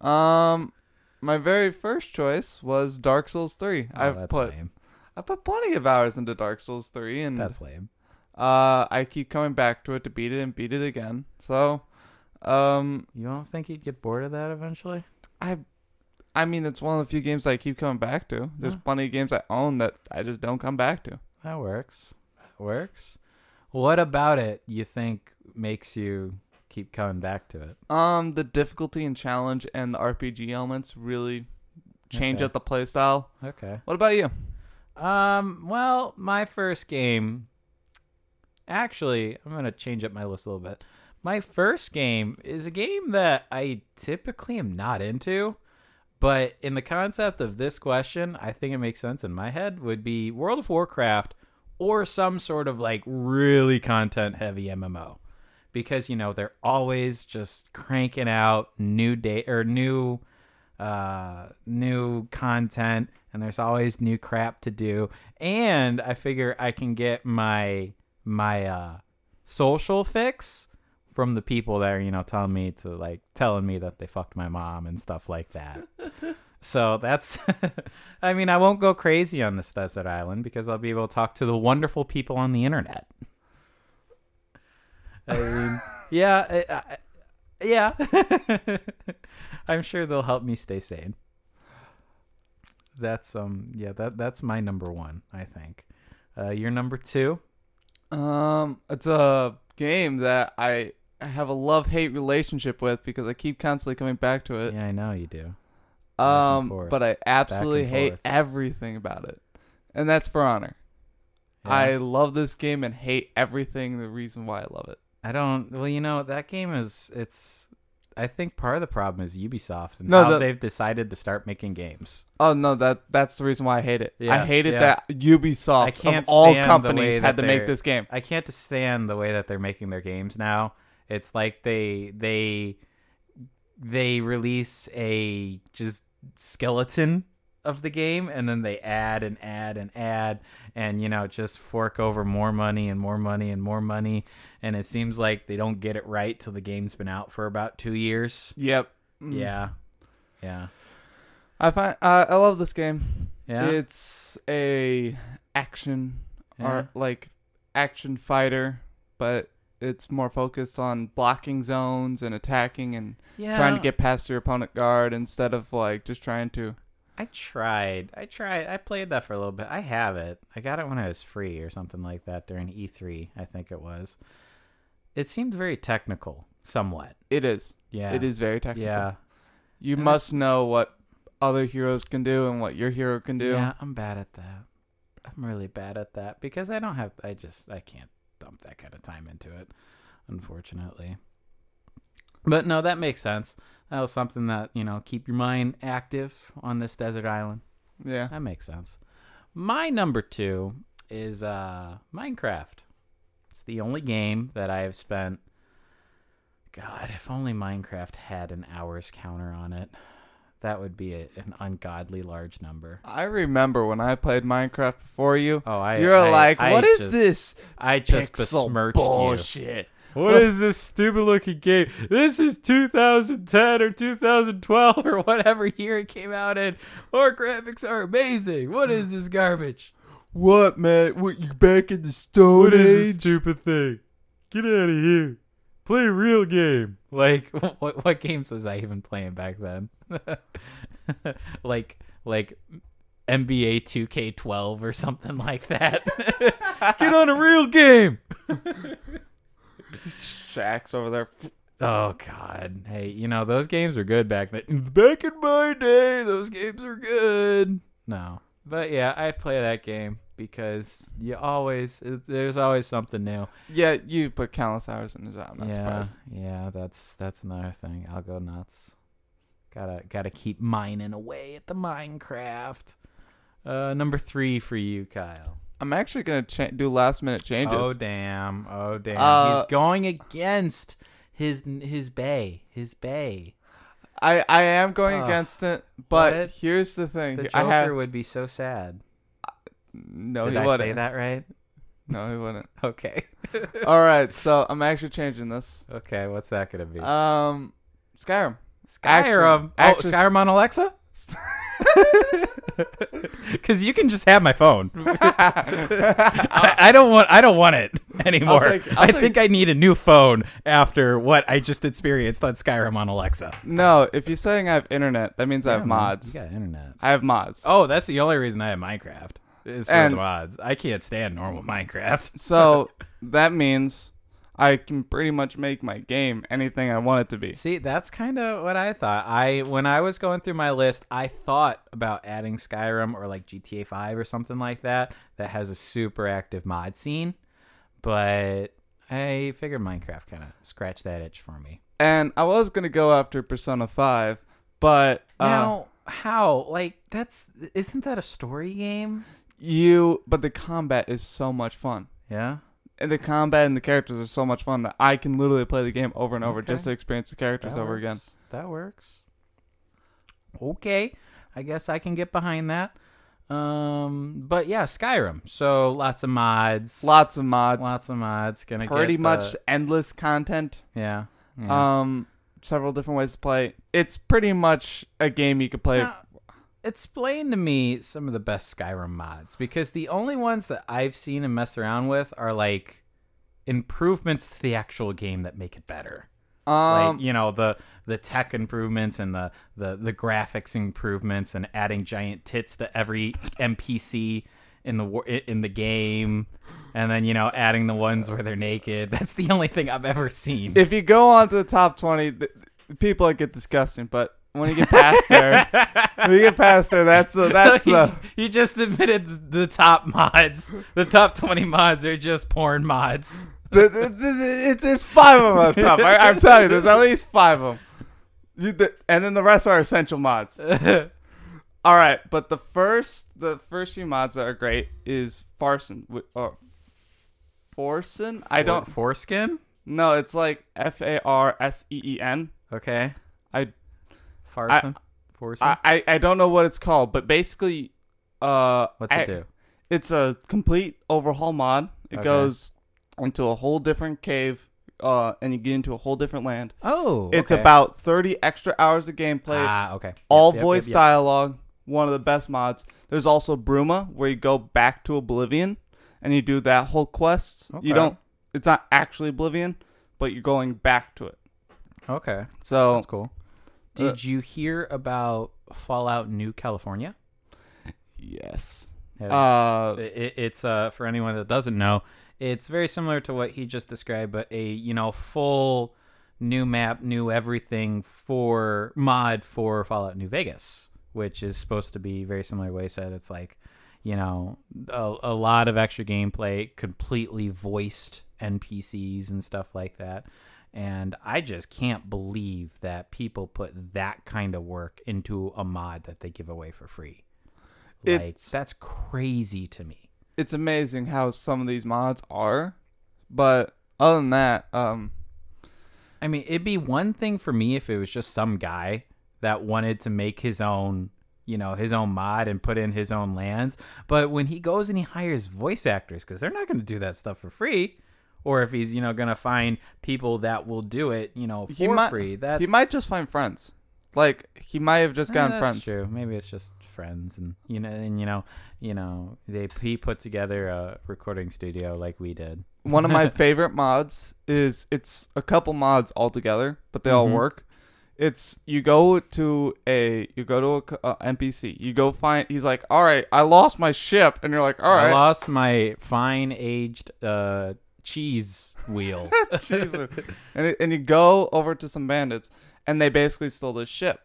[SPEAKER 2] Um, my very first choice was Dark Souls Three.
[SPEAKER 1] Oh,
[SPEAKER 2] I've
[SPEAKER 1] that's
[SPEAKER 2] put Hmm.
[SPEAKER 1] lame.
[SPEAKER 2] I put plenty of hours into Dark Souls Three, and
[SPEAKER 1] That's lame.
[SPEAKER 2] uh, I keep coming back to it to beat it and beat it again. So, um,
[SPEAKER 1] You don't think you'd get bored of that eventually?
[SPEAKER 2] I, I mean, it's one of the few games I keep coming back to. There's
[SPEAKER 1] Yeah.
[SPEAKER 2] plenty of games I own that I just don't come back to.
[SPEAKER 1] That works. That works. What about it? You think makes you keep coming back to it?
[SPEAKER 2] Um, the difficulty and challenge and the RPG elements really change
[SPEAKER 1] Okay.
[SPEAKER 2] up the playstyle.
[SPEAKER 1] Okay.
[SPEAKER 2] What about you?
[SPEAKER 1] Um, well, my first game actually, I'm going to change up my list a little bit. My first game is a game that I typically am not into, but in the concept of this question, I think it makes sense in my head would be World of Warcraft or some sort of like really content heavy MMO. Because you know, they're always just cranking out new day or new uh, new content and there's always new crap to do and i figure i can get my my uh social fix from the people that are you know telling me to like telling me that they fucked my mom and stuff like that So that's, I mean, I won't go crazy on this desert island because I'll be able to talk to the wonderful people on the internet. I mean, yeah, I, I, yeah. I'm sure they'll help me stay sane. That's um, yeah, that that's my number one. I think. Uh, your number two.
[SPEAKER 2] Um, it's a game that I have a love hate relationship with because I keep constantly coming back to it.
[SPEAKER 1] Yeah, I know you do. and
[SPEAKER 2] um,
[SPEAKER 1] forth.
[SPEAKER 2] but I absolutely
[SPEAKER 1] and
[SPEAKER 2] hate
[SPEAKER 1] forth.
[SPEAKER 2] everything about it, and that's For Honor.
[SPEAKER 1] Yeah.
[SPEAKER 2] I love this game and hate everything. The reason why I love it.
[SPEAKER 1] I don't. Well, you know that game is it's. I think part of the problem is Ubisoft and
[SPEAKER 2] No,
[SPEAKER 1] how
[SPEAKER 2] the-
[SPEAKER 1] they've decided to start making games.
[SPEAKER 2] Oh no, that that's the reason why I hate it.
[SPEAKER 1] Yeah,
[SPEAKER 2] I hated
[SPEAKER 1] yeah.
[SPEAKER 2] that Ubisoft
[SPEAKER 1] I can't
[SPEAKER 2] of all
[SPEAKER 1] stand the way
[SPEAKER 2] companies
[SPEAKER 1] that
[SPEAKER 2] had to make
[SPEAKER 1] they're-
[SPEAKER 2] this game.
[SPEAKER 1] I can't stand the way that they're making their games now. It's like they they they release a just skeleton of the game and then they add and add and add and you know just fork over more money and more money and more money and it seems like they don't get it right till the game's been out for about 2 years.
[SPEAKER 2] Yep. Mm.
[SPEAKER 1] Yeah. Yeah.
[SPEAKER 2] I find uh, I love this game.
[SPEAKER 1] Yeah.
[SPEAKER 2] It's a action
[SPEAKER 1] Yeah.
[SPEAKER 2] or like action fighter, but it's more focused on blocking zones and attacking and
[SPEAKER 1] yeah.
[SPEAKER 2] trying to get past your opponent guard instead of like just trying to.
[SPEAKER 1] I tried. I tried. I played that for a little bit. I have it. I got it when I was free or something like that during E3, I think it was. It seemed very technical, somewhat.
[SPEAKER 2] It is.
[SPEAKER 1] Yeah.
[SPEAKER 2] It is very technical.
[SPEAKER 1] Yeah.
[SPEAKER 2] You
[SPEAKER 1] And
[SPEAKER 2] must know what other heroes can do and what your hero can do.
[SPEAKER 1] Yeah, I'm bad at that. I'm really bad at that because I don't have I just I can't dump that kind of time into it, unfortunately. But no, that makes sense. That was something that, you know, keep your mind active on this desert island.
[SPEAKER 2] Yeah.
[SPEAKER 1] That makes sense. My number two is uh, Minecraft. It's the only game that I have spent. God, if only Minecraft had an hours counter on it, that would be a, an ungodly large number.
[SPEAKER 2] I remember when I played Minecraft before you.
[SPEAKER 1] Oh, I.
[SPEAKER 2] you're
[SPEAKER 1] I-
[SPEAKER 2] like,
[SPEAKER 1] I
[SPEAKER 2] what is
[SPEAKER 1] just-
[SPEAKER 2] this?
[SPEAKER 1] I just
[SPEAKER 2] pixel
[SPEAKER 1] besmirched you.
[SPEAKER 2] bullshit.
[SPEAKER 1] What is this stupid looking game? This is 2010 or 2012 or whatever year it came out in. Our graphics are amazing. What is this garbage?
[SPEAKER 2] What, man? What you back in the stone
[SPEAKER 1] What is
[SPEAKER 2] age?
[SPEAKER 1] this stupid thing? Get out of here. Play a real game. Like what what games was I even playing back then? like like NBA 2K12 or something like that. Get on a real game.
[SPEAKER 2] Shaq's over there.
[SPEAKER 1] Oh god. Hey, you know those games were good back then. Back in my day, those games were good. No. But yeah, I play that game because you always there's always something new.
[SPEAKER 2] Yeah, you put countless hours into that. I'm not surprised.
[SPEAKER 1] Yeah, that's that's another thing. I'll go nuts. Gotta gotta keep mining away at the Minecraft. Uh, number three for you, Kyle.
[SPEAKER 2] I'm actually gonna cha- do last minute changes.
[SPEAKER 1] Oh damn! Oh damn!
[SPEAKER 2] Uh,
[SPEAKER 1] He's going against his his bay, his bay.
[SPEAKER 2] I I am going
[SPEAKER 1] Ugh.
[SPEAKER 2] against it, but
[SPEAKER 1] What?
[SPEAKER 2] here's the thing.
[SPEAKER 1] The Joker
[SPEAKER 2] I have
[SPEAKER 1] would be so sad.
[SPEAKER 2] no.
[SPEAKER 1] Did
[SPEAKER 2] he
[SPEAKER 1] I
[SPEAKER 2] wouldn't.
[SPEAKER 1] say that right?
[SPEAKER 2] No, he wouldn't.
[SPEAKER 1] Okay.
[SPEAKER 2] All right, so I'm actually changing this.
[SPEAKER 1] okay. What's that gonna be?
[SPEAKER 2] Um, Skyrim.
[SPEAKER 1] Skyrim.
[SPEAKER 2] action-
[SPEAKER 1] oh,
[SPEAKER 2] action-
[SPEAKER 1] Skyrim on Alexa. Because you can just have my phone. I, I don't want. I don't want it anymore.
[SPEAKER 2] I'll take- I'll
[SPEAKER 1] I
[SPEAKER 2] take-
[SPEAKER 1] think I need a new phone after what I just experienced on Skyrim on Alexa.
[SPEAKER 2] No, if you're saying I have internet, that means I have mods.
[SPEAKER 1] You got internet.
[SPEAKER 2] I have mods.
[SPEAKER 1] Oh, that's the only reason I have Minecraft is for
[SPEAKER 2] And-
[SPEAKER 1] the mods. I can't stand normal Minecraft.
[SPEAKER 2] So that means I can pretty much make my game anything I want it to be.
[SPEAKER 1] See, that's kind of what I thought. I when I was going through my list, I thought about adding Skyrim or like GTA 5 or something like that that has a super active mod scene, but I figured Minecraft kind of scratched that itch for me.
[SPEAKER 2] And I was gonna go after Persona Five, but uh,
[SPEAKER 1] Now, how? Like that's isn't that a story game?
[SPEAKER 2] you but the combat is so much fun.
[SPEAKER 1] Yeah.
[SPEAKER 2] And the combat and the characters are so much fun that I can literally play the game over and over
[SPEAKER 1] Okay.
[SPEAKER 2] just to experience the characters over again.
[SPEAKER 1] That works. Okay. I guess I can get behind that. Um but yeah, Skyrim. So lots of mods.
[SPEAKER 2] Lots of mods,
[SPEAKER 1] lots of mods. Gonna get
[SPEAKER 2] pretty
[SPEAKER 1] the-
[SPEAKER 2] much um, endless content.
[SPEAKER 1] Yeah. yeah.
[SPEAKER 2] Um, several different ways to play. It's pretty much a game you could play
[SPEAKER 1] Now, explain to me some of the best Skyrim mods because the only ones that I've seen and messed around with are like improvements to the actual game that make it better.
[SPEAKER 2] Um,
[SPEAKER 1] like you know the the tech improvements and the, the the graphics improvements and adding giant tits to every NPC in the war in the game, and then you know adding the ones where they're naked. That's the only thing I've ever seen.
[SPEAKER 2] if you go on to the top 20 th- people get disgusting but when you get past there when you get past there that's the that's
[SPEAKER 1] he,
[SPEAKER 2] the
[SPEAKER 1] he just admitted the top mods, the top twenty mods are just porn mods.
[SPEAKER 2] the, the, the, the- it, there's five of them on top I, i'm telling you there's at least five of them you, the, and then the rest are essential mods all right but the first the first few mods that are great is farson wi- or Forsen? I don't.
[SPEAKER 1] foreskin.
[SPEAKER 2] No, it's like F A R S E E N.
[SPEAKER 1] Okay,
[SPEAKER 2] I
[SPEAKER 1] farson, forson.
[SPEAKER 2] I, I I don't know what it's called, but basically, uh,
[SPEAKER 1] What's it
[SPEAKER 2] I-
[SPEAKER 1] do?
[SPEAKER 2] It's a complete overhaul mod. It
[SPEAKER 1] Okay.
[SPEAKER 2] goes into a whole different cave, uh, and you get into a whole different land.
[SPEAKER 1] Oh,
[SPEAKER 2] It's
[SPEAKER 1] okay.
[SPEAKER 2] about thirty extra hours of gameplay,
[SPEAKER 1] ah okay.
[SPEAKER 2] all
[SPEAKER 1] Yep, yep,
[SPEAKER 2] voice
[SPEAKER 1] yep, yep.
[SPEAKER 2] dialogue. One of the best mods. There's also Bruma, where you go back to Oblivion, and you do that whole quest.
[SPEAKER 1] Okay.
[SPEAKER 2] You don't. It's not actually Oblivion, but you're going back to it.
[SPEAKER 1] Okay,
[SPEAKER 2] So
[SPEAKER 1] that's cool. Did you hear about Fallout New California?
[SPEAKER 2] yes.
[SPEAKER 1] Have-
[SPEAKER 2] Uh,
[SPEAKER 1] it, it's uh, for anyone that doesn't know, it's very similar to what he just described, but a you know full new map, new everything for mod for Fallout New Vegas, which is supposed to be very similar. to What he said, it's like you know a, a lot of extra gameplay, completely voiced NPCs and stuff like that. And I just can't believe that people put that kind of work into a mod that they give away for free. Like
[SPEAKER 2] It's-
[SPEAKER 1] that's crazy to me.
[SPEAKER 2] it's amazing how some of these mods are. But other than that, um,
[SPEAKER 1] I mean, it'd be one thing for me if it was just some guy that wanted to make his own, you know, his own mod and put in his own lands. But when he goes and he hires voice actors, because they're not going to do that stuff for free, or if he's, you know, going to find people that will do it, you know, for
[SPEAKER 2] he might
[SPEAKER 1] free. That's
[SPEAKER 2] he might just find friends. Like he might have just
[SPEAKER 1] Eh,
[SPEAKER 2] gotten
[SPEAKER 1] that's
[SPEAKER 2] friends.
[SPEAKER 1] True. Maybe it's just friends, and you know, and you know, you know, they he put together a recording studio like we did.
[SPEAKER 2] One of my favorite mods is it's a couple mods all together, but they all
[SPEAKER 1] Mhm.
[SPEAKER 2] work. It's you go to a you go to a c- uh, NPC. You go find he's like, "All right, I lost my ship." And you're like, "All
[SPEAKER 1] I
[SPEAKER 2] right."
[SPEAKER 1] lost my fine aged uh, cheese wheel.
[SPEAKER 2] Jeez, man. and it, and you go over to some bandits, and they basically stole this ship,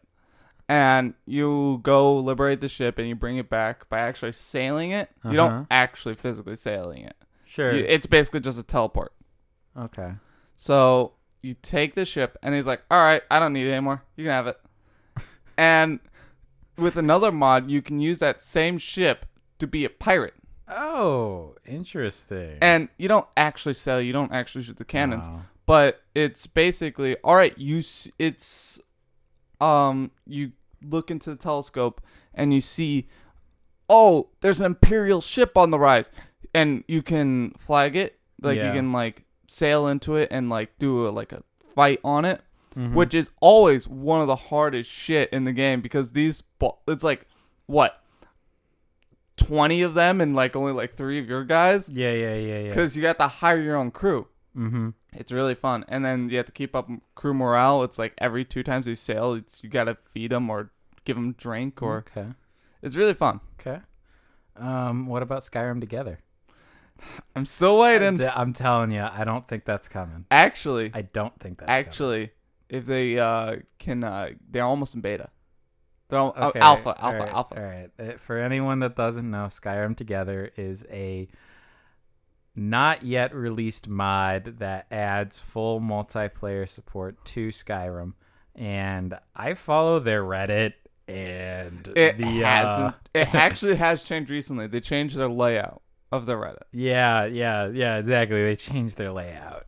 [SPEAKER 2] and you go liberate the ship, and you bring it back by actually sailing it. You
[SPEAKER 1] Uh-huh.
[SPEAKER 2] don't actually physically sailing it.
[SPEAKER 1] sure.
[SPEAKER 2] You- it's basically just a teleport.
[SPEAKER 1] okay.
[SPEAKER 2] So you take the ship, and he's like, "All right, I don't need it anymore. You can have it." and with another mod, you can use that same ship to be a pirate.
[SPEAKER 1] Oh, interesting.
[SPEAKER 2] And you don't actually sail, you don't actually shoot the cannons,
[SPEAKER 1] Wow.
[SPEAKER 2] but it's basically all right you s- it's um you look into the telescope and you see oh there's an imperial ship on the rise and you can flag it like
[SPEAKER 1] Yeah.
[SPEAKER 2] you can like sail into it and like do a, like a fight on it
[SPEAKER 1] Mm-hmm.
[SPEAKER 2] which is always one of the hardest shit in the game because these bo- it's like what 20 of them and like only like 3 of your guys
[SPEAKER 1] yeah, yeah, yeah, yeah.
[SPEAKER 2] cuz you got to hire your own crew
[SPEAKER 1] mm-hmm.
[SPEAKER 2] it's really fun, and then you have to keep up crew morale. It's like every two times they sail, it's, you gotta feed them or give them drink, or
[SPEAKER 1] okay, Mm-hmm.
[SPEAKER 2] it's really fun.
[SPEAKER 1] okay. Um, what about Skyrim Together?
[SPEAKER 2] I'm still waiting.
[SPEAKER 1] D- I'm telling you, I don't think that's coming.
[SPEAKER 2] actually,
[SPEAKER 1] I don't think that's coming.
[SPEAKER 2] actually, if they uh, can, uh, they're almost in beta. They're al-
[SPEAKER 1] Okay,
[SPEAKER 2] alpha, alpha,
[SPEAKER 1] alright,
[SPEAKER 2] alpha.
[SPEAKER 1] All right. For anyone that doesn't know, Skyrim Together is a not yet released mod that adds full multiplayer support to Skyrim. And I follow their Reddit and
[SPEAKER 2] It
[SPEAKER 1] the uh,
[SPEAKER 2] hasn't. it actually has changed recently. They changed their layout of the Reddit,
[SPEAKER 1] yeah, yeah, yeah, exactly. They changed their layout.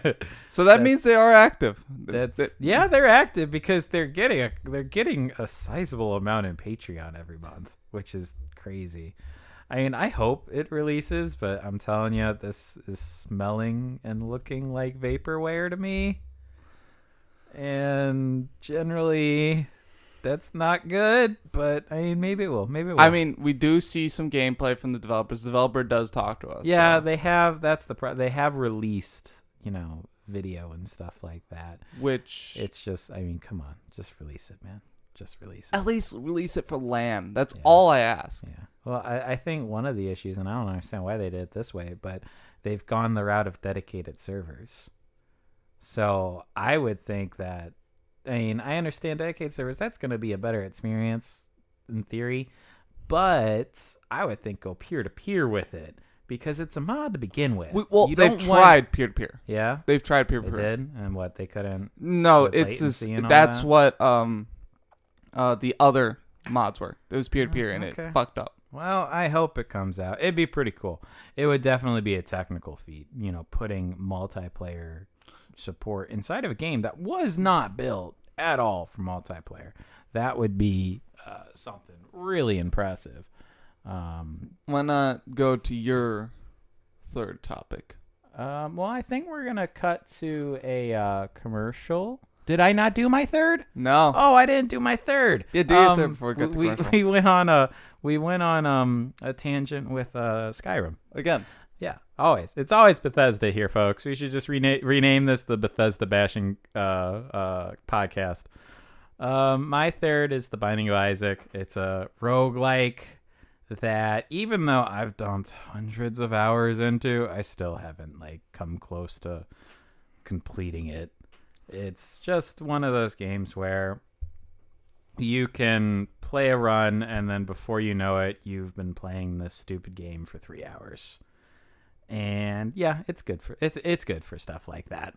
[SPEAKER 2] so that means they are active.
[SPEAKER 1] That's
[SPEAKER 2] They-
[SPEAKER 1] yeah, they're active because they're getting a they're getting a sizable amount in Patreon every month, which is crazy. I mean, I hope it releases, but I'm telling you, this is smelling and looking like vaporware to me. And generally, that's not good. But I mean, maybe it will. Maybe it will.
[SPEAKER 2] I mean, we do see some gameplay from the developers. The developer does talk to us.
[SPEAKER 1] yeah,
[SPEAKER 2] so-
[SPEAKER 1] they have. That's the pro- they have released, you know, video and stuff like that.
[SPEAKER 2] which
[SPEAKER 1] It's just, I mean, come on, just release it, man. Just release it.
[SPEAKER 2] at least release it for LAN. That's all I ask.
[SPEAKER 1] Yeah. Well, I, I think one of the issues, and I don't understand why they did it this way, but they've gone the route of dedicated servers. So I would think that, I mean, I understand dedicated servers. That's going to be a better experience in theory, but I would think go peer to peer with it because it's a mod to begin with.
[SPEAKER 2] We, well,
[SPEAKER 1] You
[SPEAKER 2] they've
[SPEAKER 1] don't want-
[SPEAKER 2] tried peer to peer.
[SPEAKER 1] Yeah,
[SPEAKER 2] They've tried peer
[SPEAKER 1] they
[SPEAKER 2] to peer.
[SPEAKER 1] did, and what they couldn't.
[SPEAKER 2] No,
[SPEAKER 1] With
[SPEAKER 2] it's just,
[SPEAKER 1] latency and all
[SPEAKER 2] that's
[SPEAKER 1] that?
[SPEAKER 2] what um, uh, the other mods were. It was peer to peer, and
[SPEAKER 1] Oh, Okay.
[SPEAKER 2] it fucked up.
[SPEAKER 1] Well, I hope it comes out. It'd be pretty cool. It would definitely be a technical feat, you know, putting multiplayer support inside of a game that was not built at all for multiplayer. That would be uh, something really impressive. Um,
[SPEAKER 2] Why not go to your third topic?
[SPEAKER 1] um, well, I think we're gonna cut to a uh, commercial. Did I not do my third?
[SPEAKER 2] No.
[SPEAKER 1] Oh, I didn't do my third. Um,
[SPEAKER 2] Yeah, do your third before we get to
[SPEAKER 1] we,
[SPEAKER 2] commercial.
[SPEAKER 1] we went on a we went on um a tangent with uh Skyrim.
[SPEAKER 2] Again.
[SPEAKER 1] Yeah, always. It's always Bethesda here, folks. We should just rena- rename this the Bethesda bashing uh, uh, podcast. Um, my third is The Binding of Isaac. It's a roguelike that even though I've dumped hundreds of hours into, I still haven't like come close to completing it. It's just one of those games where you can play a run and then before you know it, you've been playing this stupid game for 3 hours and yeah, it's good for it's it's good for stuff like that.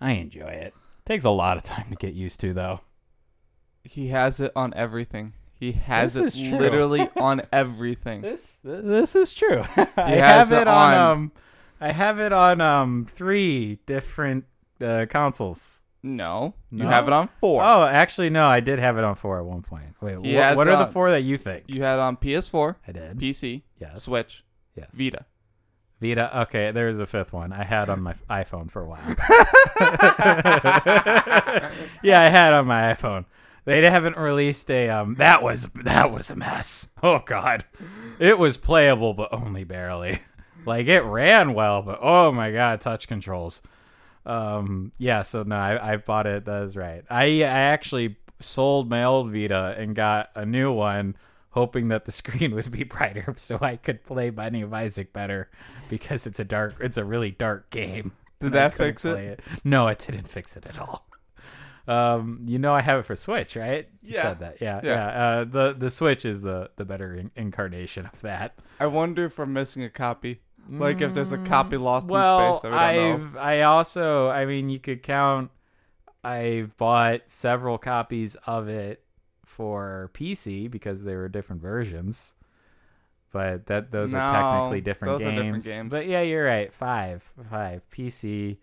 [SPEAKER 1] I enjoy it. Takes a lot of time to get used to though.
[SPEAKER 2] He has it on everything. He has
[SPEAKER 1] This is
[SPEAKER 2] it
[SPEAKER 1] true.
[SPEAKER 2] literally on everything.
[SPEAKER 1] This this is true. I
[SPEAKER 2] has
[SPEAKER 1] have it
[SPEAKER 2] it
[SPEAKER 1] on,
[SPEAKER 2] on-
[SPEAKER 1] um I have it on um three different uh, consoles.
[SPEAKER 2] No, you
[SPEAKER 1] No?
[SPEAKER 2] have it on four.
[SPEAKER 1] Oh, actually no, I did have it on four at one point. Wait,
[SPEAKER 2] He
[SPEAKER 1] wh-
[SPEAKER 2] has
[SPEAKER 1] what
[SPEAKER 2] it
[SPEAKER 1] are the
[SPEAKER 2] on-
[SPEAKER 1] four that you think?
[SPEAKER 2] You had it on PS4,
[SPEAKER 1] I did.
[SPEAKER 2] PC,
[SPEAKER 1] Yes.
[SPEAKER 2] Switch,
[SPEAKER 1] yes.
[SPEAKER 2] Vita.
[SPEAKER 1] Vita. Okay, there is a fifth one I had on my iPhone for a while. yeah, I had on my iPhone. They haven't released a um. That was that was a mess. Oh God, it was playable but only barely. Like it ran well, but oh my God, touch controls. Um. Yeah. So no, I I bought it. That is right. I I actually sold my old Vita and got a new one, hoping that the screen would be brighter so I could play Binding of Isaac better because it's a dark. It's a really dark game.
[SPEAKER 2] Did
[SPEAKER 1] And
[SPEAKER 2] that
[SPEAKER 1] I couldn't
[SPEAKER 2] fix it?
[SPEAKER 1] play No, it didn't fix it at all. Um, you know I have it for Switch, right? You
[SPEAKER 2] Yeah.
[SPEAKER 1] said that. Yeah, yeah.
[SPEAKER 2] Yeah.
[SPEAKER 1] Uh, the the Switch is the the better in- incarnation of that.
[SPEAKER 2] I wonder if we're missing a copy. Like if there's a copy lost in
[SPEAKER 1] Mm, well,
[SPEAKER 2] space that we don't know.
[SPEAKER 1] I've I also I mean you could count I've bought several copies of it for PC because they were different versions. But that those are
[SPEAKER 2] No,
[SPEAKER 1] technically different
[SPEAKER 2] those are
[SPEAKER 1] games.
[SPEAKER 2] different games.
[SPEAKER 1] But yeah, you're right. Five. Five. PC,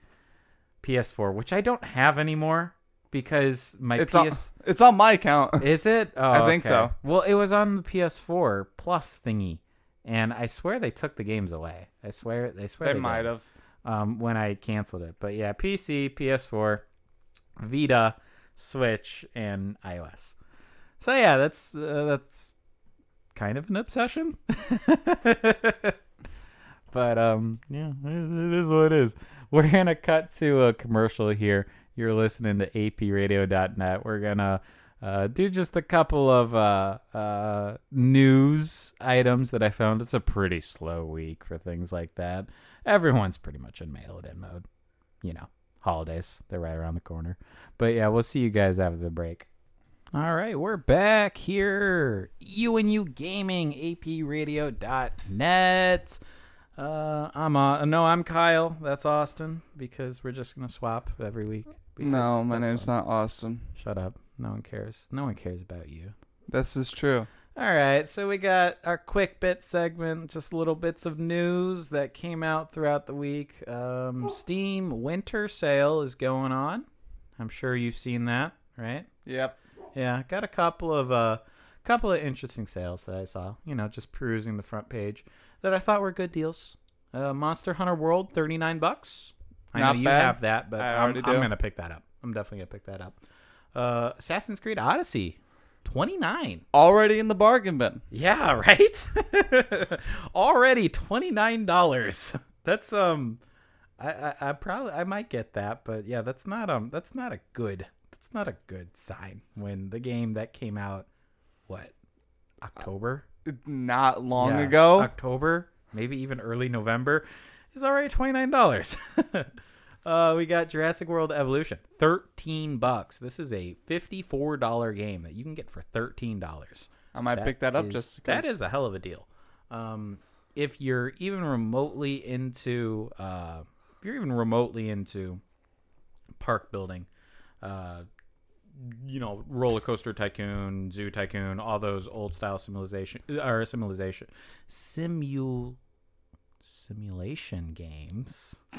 [SPEAKER 1] PS4, which I don't have anymore because my
[SPEAKER 2] It's on,
[SPEAKER 1] PS
[SPEAKER 2] it's on my account.
[SPEAKER 1] is it? Oh,
[SPEAKER 2] I think
[SPEAKER 1] okay.
[SPEAKER 2] so.
[SPEAKER 1] Well, it was on the PS4 Plus thingy, and I swear they took the games away. I swear they swear
[SPEAKER 2] they
[SPEAKER 1] did
[SPEAKER 2] might have.
[SPEAKER 1] um, when I canceled it. But yeah, PC, PS4, Vita, Switch, and iOS. So yeah, that's uh, that's kind of an obsession. but um, yeah, it it is what it is. We're gonna cut to a commercial here. You're listening to APRadio.net. We're gonna uh, do just a couple of uh, uh, news items that I found. It's a pretty slow week for things like that. Everyone's pretty much in mail it in mode. You know, holidays, they're right around the corner. But yeah, we'll see you guys after the break. All right, we're back here. You and you gaming, apradio.net. Uh, I'm uh, no, I'm Kyle. That's Austin because we're just gonna swap every week. because
[SPEAKER 2] No, my
[SPEAKER 1] that's
[SPEAKER 2] name's
[SPEAKER 1] fun.
[SPEAKER 2] not Austin.
[SPEAKER 1] Shut up. No one cares. No one cares about you.
[SPEAKER 2] This is true.
[SPEAKER 1] All right, so we got our quick bit segment, just little bits of news that came out throughout the week.
[SPEAKER 2] Oh.
[SPEAKER 1] Um, Steam winter sale is going on. I'm sure you've seen that, right?
[SPEAKER 2] Yep.
[SPEAKER 1] Yeah, got a couple of uh, couple of interesting sales that I saw. You know, just perusing the front page that I thought were good deals. Uh, Monster Hunter World, thirty nine bucks. I
[SPEAKER 2] Not
[SPEAKER 1] know you
[SPEAKER 2] bad.
[SPEAKER 1] have that, but
[SPEAKER 2] I
[SPEAKER 1] I'm,
[SPEAKER 2] already
[SPEAKER 1] I'm
[SPEAKER 2] do.
[SPEAKER 1] gonna pick that up. I'm definitely gonna pick that up. Uh, Assassin's Creed Odyssey Twenty nine.
[SPEAKER 2] Already in the bargain bin.
[SPEAKER 1] Yeah, right. Already twenty nine dollars. That's um, I, I I probably I might get that, but yeah, that's not um that's not a good that's not a good sign when the game that came out what October
[SPEAKER 2] Not long
[SPEAKER 1] Yeah,
[SPEAKER 2] ago.
[SPEAKER 1] October, maybe even early November, is already twenty nine dollars. uh, we got Jurassic World Evolution, thirteen bucks. This is a fifty four dollar game that you can get for thirteen dollars.
[SPEAKER 2] I might pick that up
[SPEAKER 1] is-
[SPEAKER 2] just because.
[SPEAKER 1] that is a hell of a deal. Um, if you're even remotely into, uh, if you're even remotely into park building, uh, you know, roller coaster tycoon, zoo tycoon, all those old style simulation or simulation simul simulation games.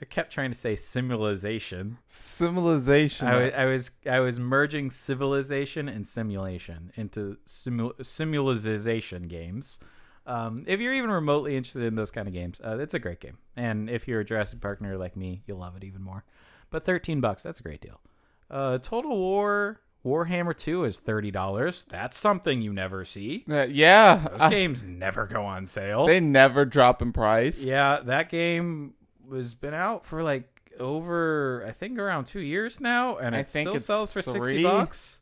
[SPEAKER 1] I kept trying to say simulation.
[SPEAKER 2] Civilization.
[SPEAKER 1] I was, I was I was merging civilization and simulation into simul- simulization games. Um, if you're even remotely interested in those kind of games, uh, it's a great game. And if you're a Jurassic Park nerd like me, you'll love it even more. But 13 bucks, that's a great deal. Uh, Total War Warhammer 2 is $30. That's something you never see.
[SPEAKER 2] Uh, yeah.
[SPEAKER 1] Those
[SPEAKER 2] uh,
[SPEAKER 1] games never go on sale.
[SPEAKER 2] they never drop in price.
[SPEAKER 1] Yeah, that game has been out for like over, I think, around two years now, and
[SPEAKER 2] I
[SPEAKER 1] it
[SPEAKER 2] think
[SPEAKER 1] still
[SPEAKER 2] it's
[SPEAKER 1] sells for
[SPEAKER 2] three.
[SPEAKER 1] sixty bucks.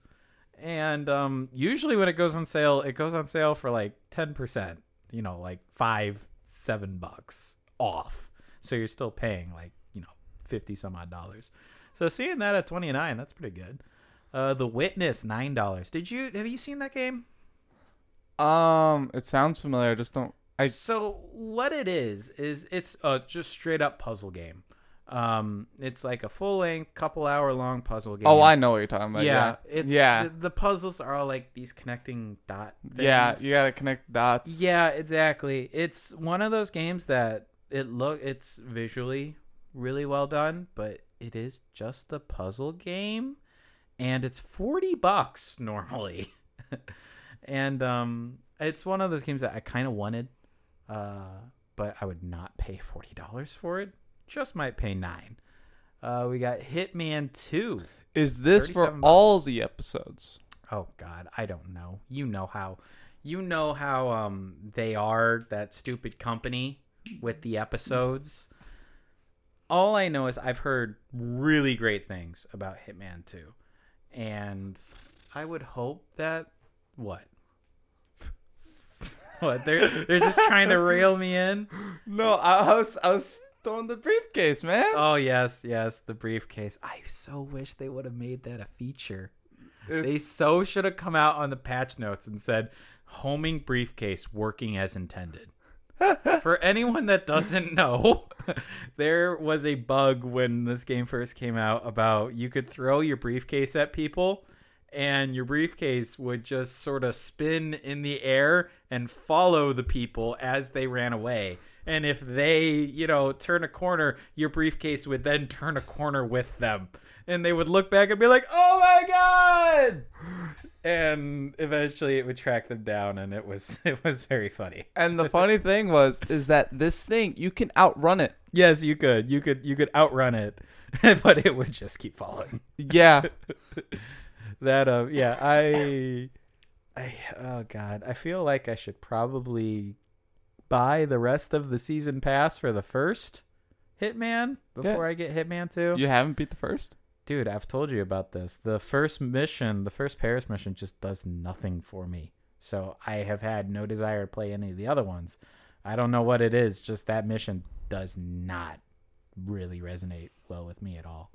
[SPEAKER 1] And um, usually when it goes on sale, it goes on sale for like ten percent. You know, like five, seven bucks off. So you're still paying like you know fifty some odd dollars. So seeing that at twenty nine, that's pretty good. Uh, The Witness nine dollars. Did you have you seen that game?
[SPEAKER 2] Um, it sounds familiar. I just don't. I
[SPEAKER 1] so what it is is it's a just straight up puzzle game um it's like a full length couple hour long puzzle game
[SPEAKER 2] Oh, I know what you're talking about.
[SPEAKER 1] yeah
[SPEAKER 2] Yeah.
[SPEAKER 1] it's
[SPEAKER 2] yeah.
[SPEAKER 1] the, the puzzles are all like these connecting dot things.
[SPEAKER 2] yeah, you gotta connect dots.
[SPEAKER 1] yeah exactly it's one of those games that it look it's visually really well done but it is just a puzzle game and it's 40 bucks normally and um it's one of those games that i kind of wanted uh but i would not pay $40 for it just might pay nine uh we got hitman 2
[SPEAKER 2] Is this for
[SPEAKER 1] 37
[SPEAKER 2] all the episodes?
[SPEAKER 1] oh god i don't know you know how you know how um they are that stupid company with the episodes all i know is i've heard really great things about hitman 2 and i would hope that what what they're they're just trying to rail me in
[SPEAKER 2] No, I, I was I was throwing the briefcase, man.
[SPEAKER 1] oh yes yes the briefcase i so wish they would have made that a feature They
[SPEAKER 2] It's-
[SPEAKER 1] so should have come out on the patch notes and said, homing briefcase working as intended. For anyone that doesn't know, there was a bug when this game first came out about you could throw your briefcase at people and your briefcase would just sort of spin in the air and follow the people as they ran away. And if they, you know, turn a corner, your briefcase would then turn a corner with them. And they would look back and be like, oh my God! And eventually it would track them down and it was it was very funny.
[SPEAKER 2] and the funny thing was, is that this thing you can outrun it.
[SPEAKER 1] Yes, you could. You could you could outrun it, but it would just keep following.
[SPEAKER 2] Yeah,
[SPEAKER 1] that uh yeah i i oh god i feel like i should probably buy the rest of the season pass for the first hitman before i get hitman 2
[SPEAKER 2] you haven't beat the first.
[SPEAKER 1] dude i've told you about this the first mission the first paris mission just does nothing for me so i have had no desire to play any of the other ones i don't know what it is just that mission does not really resonate well with me at all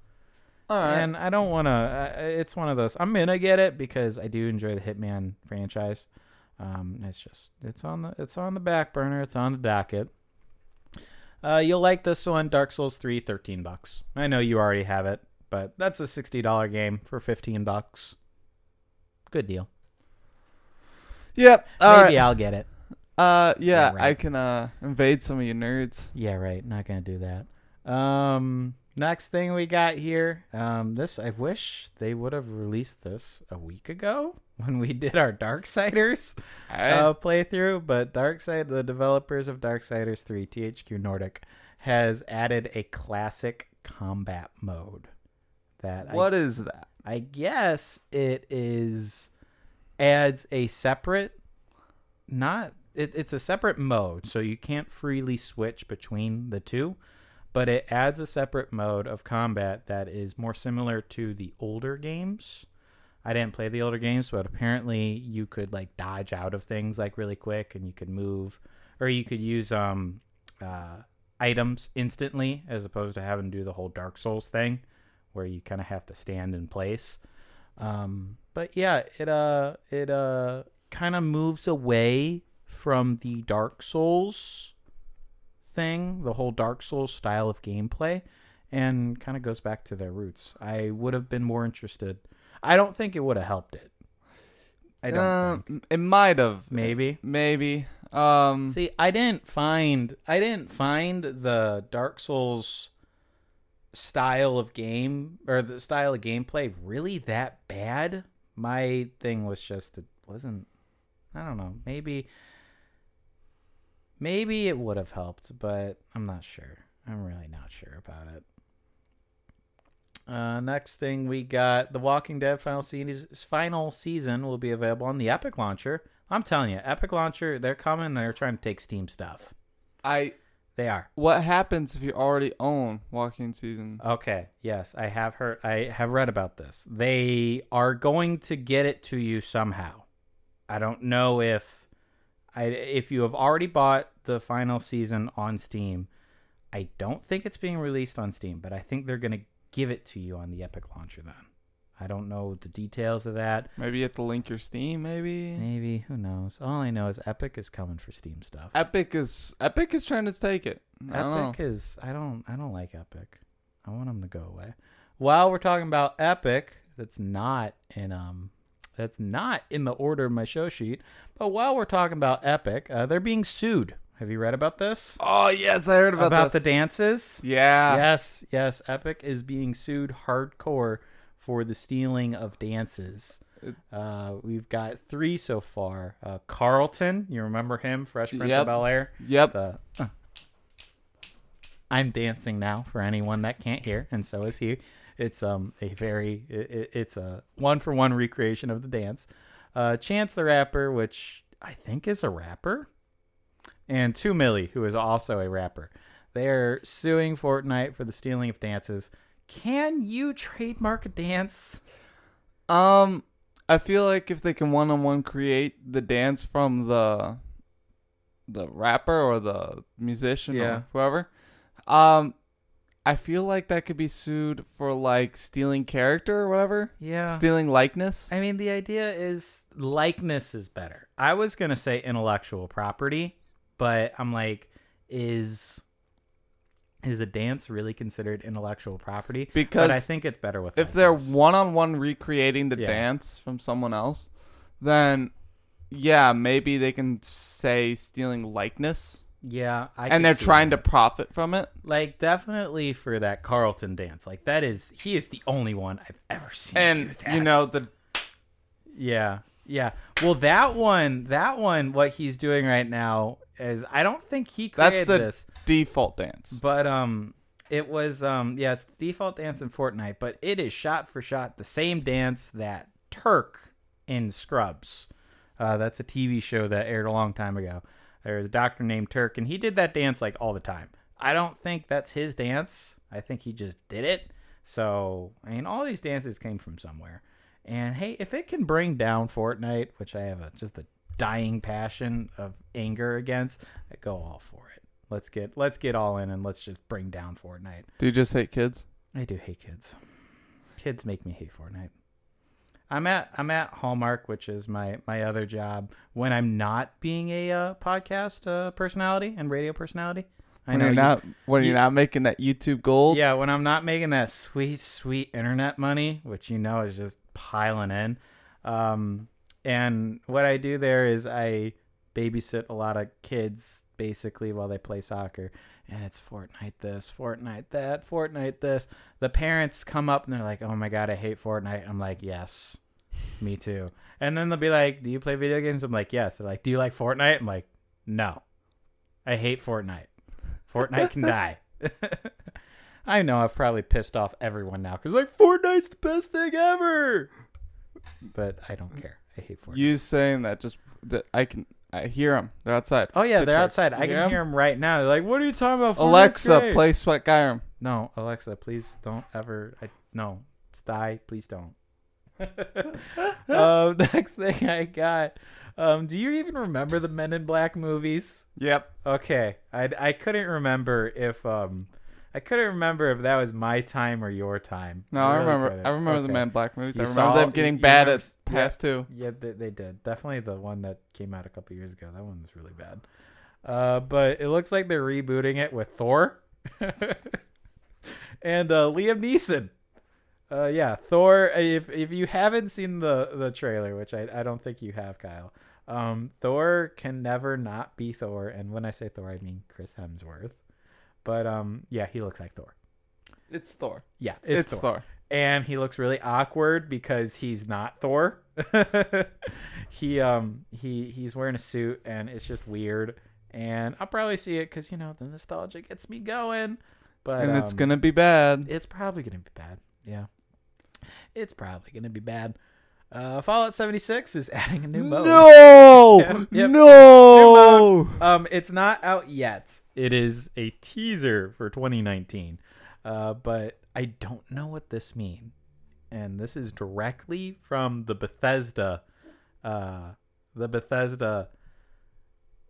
[SPEAKER 2] All right.
[SPEAKER 1] and I don't want to. Uh, it's one of those. I'm gonna get it because I do enjoy the Hitman franchise. Um, it's just it's on the it's on the back burner. It's on the docket. Uh, you'll like this one, Dark Souls 3, 13 bucks. I know you already have it, but that's a sixty dollar game for fifteen bucks. Good deal.
[SPEAKER 2] yep. All right.
[SPEAKER 1] Maybe I'll get it.
[SPEAKER 2] Uh, yeah,
[SPEAKER 1] Yeah, right.
[SPEAKER 2] I can uh invade some of you nerds.
[SPEAKER 1] Yeah, right. Not gonna do that. Um, next thing we got here. Um, this I wish they would have released this a week ago when we did our Darksiders
[SPEAKER 2] All right.
[SPEAKER 1] uh, playthrough. But Darkside, the developers of Darksiders Three, THQ Nordic, has added a classic combat mode that I
[SPEAKER 2] what is that?
[SPEAKER 1] I guess it is adds a separate not it, it's a separate mode, so you can't freely switch between the two, but it adds a separate mode of combat that is more similar to the older games. I didn't play the older games, but apparently you could like dodge out of things like really quick and you could move or you could use um uh items instantly as opposed to having to do the whole Dark Souls thing where you kind of have to stand in place. Um, but yeah, it uh it uh kind of moves away from the Dark Souls thing, the whole Dark Souls style of gameplay and kind of goes back to their roots. I would have been more interested. I don't think it would have helped it. I don't think.
[SPEAKER 2] Um, it might have.
[SPEAKER 1] Maybe.
[SPEAKER 2] Maybe. Um,
[SPEAKER 1] See, I didn't find I didn't find the Dark Souls style of game or the style of gameplay really that bad. My thing was just it wasn't I don't know. Maybe maybe it would have helped, but I'm not sure. I'm really not sure about it. Uh, next thing we got The Walking Dead final season final season will be available on the Epic Launcher. I'm telling you, Epic Launcher, they're coming. They're trying to take Steam stuff.
[SPEAKER 2] I.
[SPEAKER 1] They are.
[SPEAKER 2] What happens if you already own Walking Season?
[SPEAKER 1] Okay. Yes, I have heard. I have read about this. They are going to get it to you somehow. I don't know if, I if you have already bought the final season on Steam. I don't think it's being released on Steam, but I think they're going to give it to you on the Epic launcher. Then I don't know the details of that.
[SPEAKER 2] Maybe you have to link your Steam. Maybe.
[SPEAKER 1] Maybe who knows? All I know is Epic is coming for Steam stuff.
[SPEAKER 2] Epic is Epic is trying to take it. I don't know.
[SPEAKER 1] Epic is I don't I don't like Epic. I want them to go away. While we're talking about Epic, that's not in um that's not in the order of my show sheet. But while we're talking about Epic, uh, they're being sued. Have you read about this?
[SPEAKER 2] Oh yes, I heard about,
[SPEAKER 1] about the
[SPEAKER 2] this.
[SPEAKER 1] dances?
[SPEAKER 2] yeah.
[SPEAKER 1] Yes, yes. Epic is being sued hardcore for the stealing of dances. Uh, we've got three so far. Uh, Carlton, you remember him, Fresh Prince
[SPEAKER 2] Yep.
[SPEAKER 1] of Bel Air.
[SPEAKER 2] Yep.
[SPEAKER 1] The uh, I'm dancing now for anyone that can't hear, and so is he. It's um a very i i- it's a one for one recreation of the dance. Uh, Chance the rapper, which I think is a rapper and Two Millie, who is also a rapper. They're suing Fortnite for the stealing of dances. Can you trademark a dance?
[SPEAKER 2] Um, I feel like if they can one on one create the dance from the the rapper or the musician
[SPEAKER 1] Yeah.
[SPEAKER 2] or whoever, um, I feel like that could be sued for like stealing character or whatever,
[SPEAKER 1] Yeah.
[SPEAKER 2] stealing likeness.
[SPEAKER 1] I mean, the idea is likeness is better. I was going to say intellectual property, but I'm like, is is a dance really considered intellectual property?
[SPEAKER 2] Because
[SPEAKER 1] but I think it's better with
[SPEAKER 2] if they're
[SPEAKER 1] likeness.
[SPEAKER 2] one on one recreating the
[SPEAKER 1] Yeah.
[SPEAKER 2] dance from someone else, then yeah, maybe they can say stealing likeness,
[SPEAKER 1] yeah, I could
[SPEAKER 2] and they're
[SPEAKER 1] see
[SPEAKER 2] trying
[SPEAKER 1] that.
[SPEAKER 2] to profit from it.
[SPEAKER 1] like definitely for that Carlton dance. Like that is he is the only one I've ever seen do
[SPEAKER 2] And
[SPEAKER 1] that.
[SPEAKER 2] you know the
[SPEAKER 1] Yeah. Yeah. Well, that one, that one, what he's doing right now is I don't think he
[SPEAKER 2] that's
[SPEAKER 1] created
[SPEAKER 2] the
[SPEAKER 1] this,
[SPEAKER 2] default dance.
[SPEAKER 1] but um, it was um, yeah, it's the default dance in Fortnite, but it is shot for shot the same dance that Turk in Scrubs. Uh, that's a TV show that aired a long time ago. There was a doctor named Turk, and he did that dance like all the time. I don't think that's his dance. I think he just did it. So, I mean, all these dances came from somewhere. And hey, if it can bring down Fortnite, which I have a, just a dying passion of anger against, I go all for it. Let's get let's get all in and let's just bring down Fortnite.
[SPEAKER 2] Do you just hate kids?
[SPEAKER 1] I do hate kids. Kids make me hate Fortnite. I'm at I'm at Hallmark, which is my my other job when I'm not being a uh, podcast uh, personality and radio personality. I
[SPEAKER 2] When
[SPEAKER 1] know
[SPEAKER 2] you're
[SPEAKER 1] you-
[SPEAKER 2] not when
[SPEAKER 1] you-
[SPEAKER 2] you're not making that YouTube gold.
[SPEAKER 1] yeah, when I'm not making that sweet, sweet internet money, which you know is just piling in. Um, and what I do there is I babysit a lot of kids basically while they play soccer. And it's Fortnite this, Fortnite that, Fortnite this. The parents come up and they're like, oh my God, I hate Fortnite. I'm like, yes, me too. And then they'll be like, do you play video games? I'm like, yes. They're like, do you like Fortnite? I'm like, no. I hate Fortnite. Fortnite can die. I know I've probably pissed off everyone now because like Fortnite's the best thing ever. But I don't care. I hate Fortnite.
[SPEAKER 2] You saying that just that I can I hear them. They're outside.
[SPEAKER 1] oh yeah, they're
[SPEAKER 2] Pitchforks.
[SPEAKER 1] outside. I
[SPEAKER 2] You
[SPEAKER 1] can hear them right now. They're like, what are you talking about? Fortnite's
[SPEAKER 2] Alexa,
[SPEAKER 1] great."
[SPEAKER 2] play Sweat Gyrem.
[SPEAKER 1] No, Alexa, please don't ever. I no, die. Please don't. um, next thing I got. Um, do you even remember the Men in Black movies?
[SPEAKER 2] Yep.
[SPEAKER 1] Okay, I I couldn't remember if um, I couldn't remember if that was my time or your time.
[SPEAKER 2] No, I
[SPEAKER 1] really
[SPEAKER 2] remember.
[SPEAKER 1] couldn't.
[SPEAKER 2] I remember the
[SPEAKER 1] Okay.
[SPEAKER 2] Man in Black movies.
[SPEAKER 1] You
[SPEAKER 2] I remember
[SPEAKER 1] saw-
[SPEAKER 2] them getting
[SPEAKER 1] you- you
[SPEAKER 2] bad
[SPEAKER 1] remember-
[SPEAKER 2] at past two.
[SPEAKER 1] Yeah, they, they did. Definitely the one that came out a couple years ago. That one was really bad. Uh, but it looks like they're rebooting it with Thor and uh, Liam Neeson. Uh, yeah, Thor. If if you haven't seen the the trailer, which I I don't think you have, Kyle. Um, Thor can never not be Thor, and when I say Thor, I mean Chris Hemsworth. But um, yeah, he looks like Thor.
[SPEAKER 2] It's Thor.
[SPEAKER 1] Yeah,
[SPEAKER 2] It's,
[SPEAKER 1] Thor
[SPEAKER 2] Thor.
[SPEAKER 1] and he looks really awkward because he's not Thor. he um he he's wearing a suit and it's just weird. And I'll probably see it because you know the nostalgia gets me going. But
[SPEAKER 2] And it's
[SPEAKER 1] um,
[SPEAKER 2] gonna be bad.
[SPEAKER 1] it's probably gonna be bad. Yeah, it's probably gonna be bad. Uh, Fallout 76 is adding a new mode.
[SPEAKER 2] No,
[SPEAKER 1] Yep.
[SPEAKER 2] no.
[SPEAKER 1] Um, it's not out yet. It is a teaser for 2019. Uh, but I don't know what this means. And this is directly from the Bethesda, uh, the Bethesda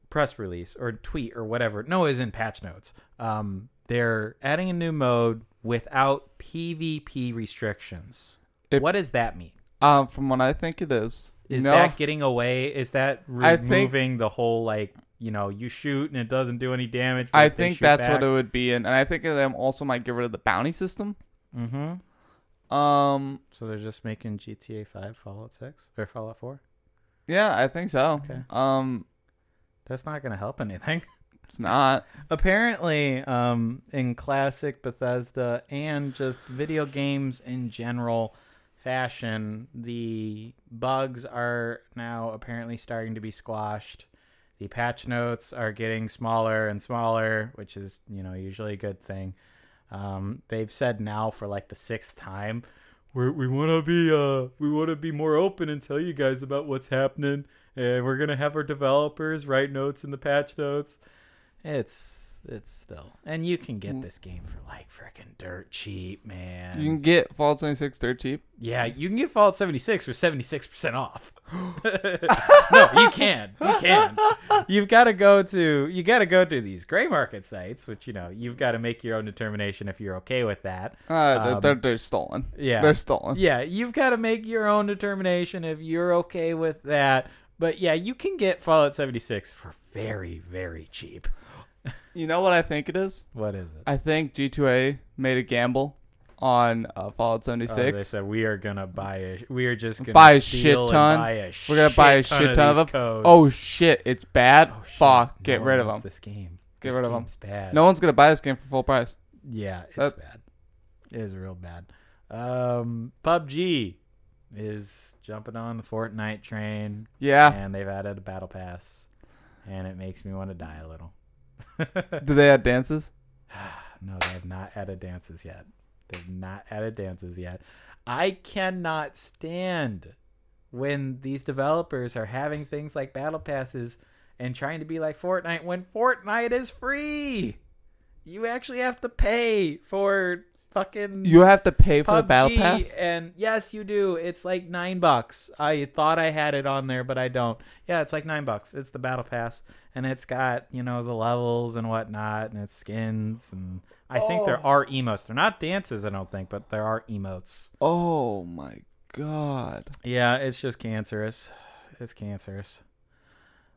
[SPEAKER 1] press release or tweet or whatever. No, is in patch notes. Um, they're adding a new mode without PvP restrictions.
[SPEAKER 2] It-
[SPEAKER 1] what does that mean?
[SPEAKER 2] Um, from what I think it is.
[SPEAKER 1] Is
[SPEAKER 2] no,
[SPEAKER 1] that getting away? Is that
[SPEAKER 2] I think-
[SPEAKER 1] removing the whole like you know you shoot and it doesn't do any damage?
[SPEAKER 2] I think that's what it would be, in. and I think them also might get rid of the bounty system.
[SPEAKER 1] Mm-hmm.
[SPEAKER 2] Um,
[SPEAKER 1] So they're just making GTA Five, Fallout Six, or Fallout Four.
[SPEAKER 2] yeah, I think so.
[SPEAKER 1] Okay.
[SPEAKER 2] Um,
[SPEAKER 1] That's not gonna help anything.
[SPEAKER 2] it's not.
[SPEAKER 1] Apparently, um, in classic Bethesda and just video games in general fashion, the bugs are now apparently starting to be squashed. The patch notes are getting smaller and smaller, which is, you know, usually a good thing. Um, they've said now for like the sixth time, we're, we want to be uh, we want to be more open and tell you guys about what's happening, and we're gonna have our developers write notes in the patch notes. It's it's still, and you can get this game for like freaking dirt cheap, man.
[SPEAKER 2] Mm. You can get Fallout 76 dirt cheap.
[SPEAKER 1] Yeah, you can get Fallout 76 for 76% off. no, you can. You can. You've got to go to you got to go to these gray market sites, which you know, you've got to make your own determination if you're okay with that.
[SPEAKER 2] Uh, they're-
[SPEAKER 1] Um,
[SPEAKER 2] they're, they're stolen.
[SPEAKER 1] yeah.
[SPEAKER 2] They're stolen.
[SPEAKER 1] Yeah, you've got to make your own determination if you're okay with that. But yeah, you can get Fallout 76 for very very cheap.
[SPEAKER 2] You know what I think it is?
[SPEAKER 1] What is it?
[SPEAKER 2] I think G2A made a gamble on uh, Fallout
[SPEAKER 1] Oh,
[SPEAKER 2] 76.
[SPEAKER 1] they said we are gonna buy a. We are just gonna
[SPEAKER 2] buy a shit
[SPEAKER 1] steal and
[SPEAKER 2] ton.
[SPEAKER 1] Buy a
[SPEAKER 2] We're gonna buy a
[SPEAKER 1] shit
[SPEAKER 2] shit ton of,
[SPEAKER 1] these
[SPEAKER 2] them.
[SPEAKER 1] codes.
[SPEAKER 2] Oh shit! It's bad.
[SPEAKER 1] Oh, shit.
[SPEAKER 2] Fuck!
[SPEAKER 1] No
[SPEAKER 2] get
[SPEAKER 1] one
[SPEAKER 2] rid of
[SPEAKER 1] wants
[SPEAKER 2] them.
[SPEAKER 1] This game.
[SPEAKER 2] Get
[SPEAKER 1] This
[SPEAKER 2] rid of 'em.
[SPEAKER 1] game's Bad.
[SPEAKER 2] No one's gonna buy this game for full price.
[SPEAKER 1] Yeah, it's
[SPEAKER 2] That-
[SPEAKER 1] bad. It is real bad. Um, PUBG is jumping on the Fortnite train,
[SPEAKER 2] Yeah.
[SPEAKER 1] and they've added a battle pass, and it makes me want to die a little.
[SPEAKER 2] Do they have dances?
[SPEAKER 1] no, they have not added dances yet. They've not added dances yet. I cannot stand when these developers are having things like battle passes and trying to be like Fortnite when Fortnite is free. You actually have to pay for fucking
[SPEAKER 2] You have to pay for the battle
[SPEAKER 1] PUBG,
[SPEAKER 2] pass.
[SPEAKER 1] And yes, you do. It's like nine bucks. I thought I had it on there, but I don't. Yeah, it's like nine bucks. It's the battle pass, and it's got you know the levels and whatnot, and it's skins, and I think there are emotes. They're not dances, I don't think, but there are emotes.
[SPEAKER 2] Oh my god.
[SPEAKER 1] Yeah, it's just cancerous. It's cancerous.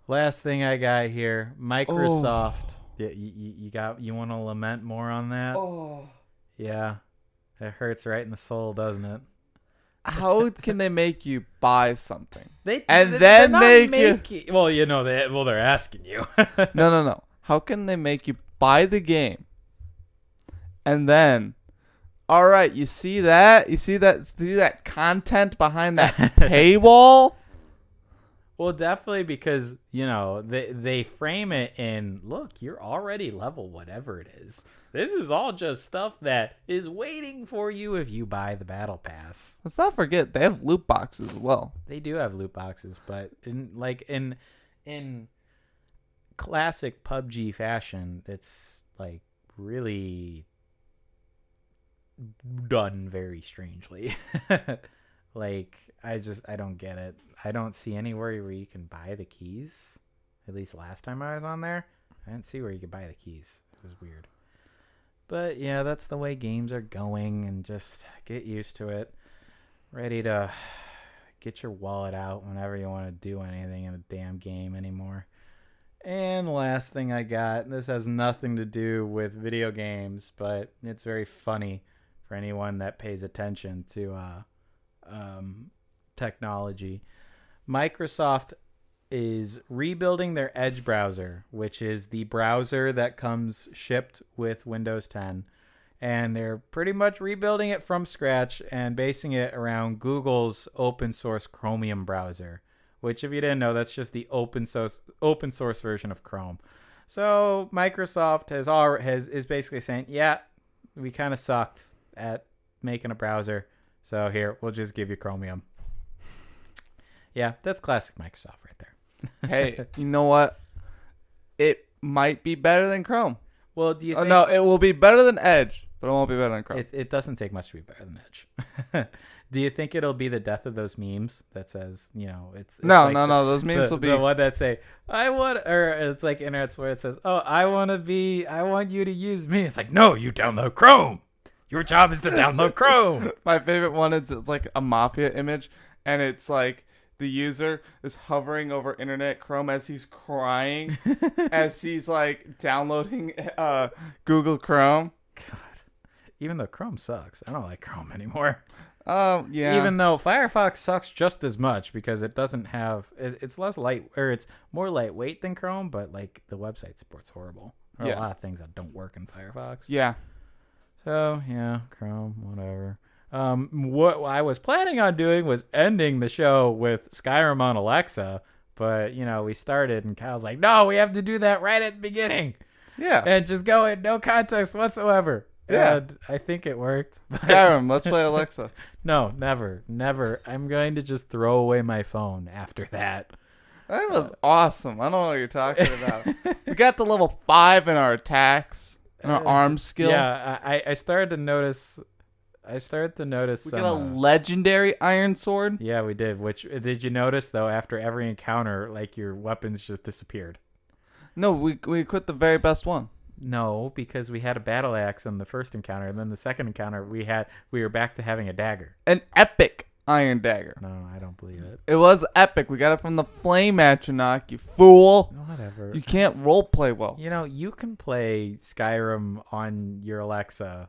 [SPEAKER 1] Last thing I got here, Microsoft. Yeah, you, you you got you want to lament more on that?
[SPEAKER 2] Oh.
[SPEAKER 1] Yeah, it hurts right in the soul, doesn't it?
[SPEAKER 2] How can they make you buy something?
[SPEAKER 1] They
[SPEAKER 2] And
[SPEAKER 1] they're
[SPEAKER 2] then
[SPEAKER 1] not
[SPEAKER 2] make you-
[SPEAKER 1] making- Well, you know they well they're asking you.
[SPEAKER 2] No, no, no. How can they make you buy the game? And then, all right, you see that? You see that? See that content behind that paywall?
[SPEAKER 1] well, definitely because you know they they frame it in look you're already level whatever it is. This is all just stuff that is waiting for you if you buy the battle pass.
[SPEAKER 2] Let's not forget they have loot boxes as well.
[SPEAKER 1] They do have loot boxes, but in like in in classic PUBG fashion, it's like really done very strangely. like I just I don't get it. I don't see anywhere where you can buy the keys. At least last time I was on there, I didn't see where you could buy the keys. It was weird. But yeah, that's the way games are going and just get used to it. Ready to get your wallet out whenever you want to do anything in a damn game anymore. And last thing I got, this has nothing to do with video games, but it's very funny for anyone that pays attention to uh, um, technology. Microsoft is rebuilding their Edge browser, which is the browser that comes shipped with Windows 10. And they're pretty much rebuilding it from scratch and basing it around Google's open source Chromium browser, which, if you didn't know, that's just the open source open source version of Chrome. So Microsoft has all has is basically saying, yeah, we kind of sucked at making a browser, so here we'll just give you Chromium. Yeah, that's classic Microsoft right there.
[SPEAKER 2] Hey, you know what? It might be better than Chrome.
[SPEAKER 1] Well, do you
[SPEAKER 2] Oh
[SPEAKER 1] think
[SPEAKER 2] no, it will be better than Edge, but it won't be better than Chrome.
[SPEAKER 1] it, it doesn't take much to be better than Edge? do you think it'll be the death of those memes that says, you know, it's, it's
[SPEAKER 2] no,
[SPEAKER 1] like
[SPEAKER 2] no,
[SPEAKER 1] the-
[SPEAKER 2] no. Those memes
[SPEAKER 1] the,
[SPEAKER 2] will be.
[SPEAKER 1] the one that say I want, or it's like internet's where it says, "Oh, I want to be, I want you to use me." It's like, no, you download Chrome. Your job is to download Chrome.
[SPEAKER 2] My favorite one is it's like a mafia image, and it's like the user is hovering over internet Chrome as he's crying, as he's like downloading uh, Google Chrome.
[SPEAKER 1] Even though Chrome sucks, I don't like Chrome anymore.
[SPEAKER 2] Um, yeah.
[SPEAKER 1] Even though Firefox sucks just as much because it doesn't have, it, it's less light or it's more lightweight than Chrome, but like the website support's horrible. There are
[SPEAKER 2] Yeah.
[SPEAKER 1] a lot of things that don't work in Firefox.
[SPEAKER 2] yeah.
[SPEAKER 1] So yeah, Chrome, whatever. Um, what I was planning on doing was ending the show with Skyrim on Alexa, but you know we started and Kyle's like, "No, we have to do that right at the beginning
[SPEAKER 2] Yeah.
[SPEAKER 1] and just go in no context whatsoever."
[SPEAKER 2] Yeah.
[SPEAKER 1] And I think it worked.
[SPEAKER 2] Skyrim. Let's play Alexa.
[SPEAKER 1] No, never, never. I'm going to just throw away my phone after that.
[SPEAKER 2] That was
[SPEAKER 1] Uh,
[SPEAKER 2] awesome. I don't know what you're talking about. we got to level five in our attacks and our arm skill.
[SPEAKER 1] Uh, Yeah, I, I- I started to notice. I started to notice.
[SPEAKER 2] We
[SPEAKER 1] some,
[SPEAKER 2] got a
[SPEAKER 1] uh,
[SPEAKER 2] legendary iron sword.
[SPEAKER 1] Yeah, we did. Which uh, did you notice though? After every encounter, like your weapons just disappeared.
[SPEAKER 2] No, we we equipped the very best one.
[SPEAKER 1] No, because we had a battle axe in the first encounter, and then the second encounter we had we were back to having a dagger.
[SPEAKER 2] An epic iron dagger.
[SPEAKER 1] No, I don't believe it.
[SPEAKER 2] It was epic. We got it from the flame Atronach, you fool.
[SPEAKER 1] Whatever.
[SPEAKER 2] You can't roleplay well.
[SPEAKER 1] You know, you can play Skyrim on your Alexa.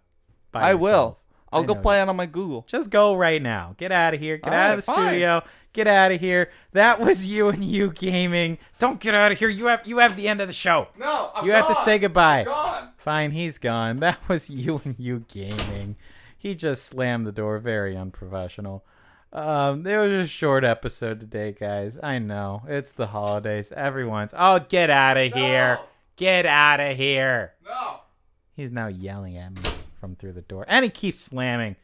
[SPEAKER 1] By
[SPEAKER 2] I
[SPEAKER 1] yourself.
[SPEAKER 2] will. I'll
[SPEAKER 1] I
[SPEAKER 2] go
[SPEAKER 1] know
[SPEAKER 2] play it on my Google.
[SPEAKER 1] Just go right now. Get out of here. Get
[SPEAKER 2] All
[SPEAKER 1] out
[SPEAKER 2] right,
[SPEAKER 1] of the
[SPEAKER 2] fine.
[SPEAKER 1] studio. Get out of here. That was you and you gaming. Don't get out of here. You have you have the end of the show.
[SPEAKER 2] No, I'm
[SPEAKER 1] you have to
[SPEAKER 2] gone.
[SPEAKER 1] say goodbye.
[SPEAKER 2] Gone.
[SPEAKER 1] Fine, he's gone. That was you and you gaming. He just slammed the door. Very unprofessional. Um, it was a short episode today, guys. I know it's the holidays. Everyone's oh, get out of here! Get out of here!
[SPEAKER 2] No.
[SPEAKER 1] He's now yelling at me from through the door, and he keeps slamming.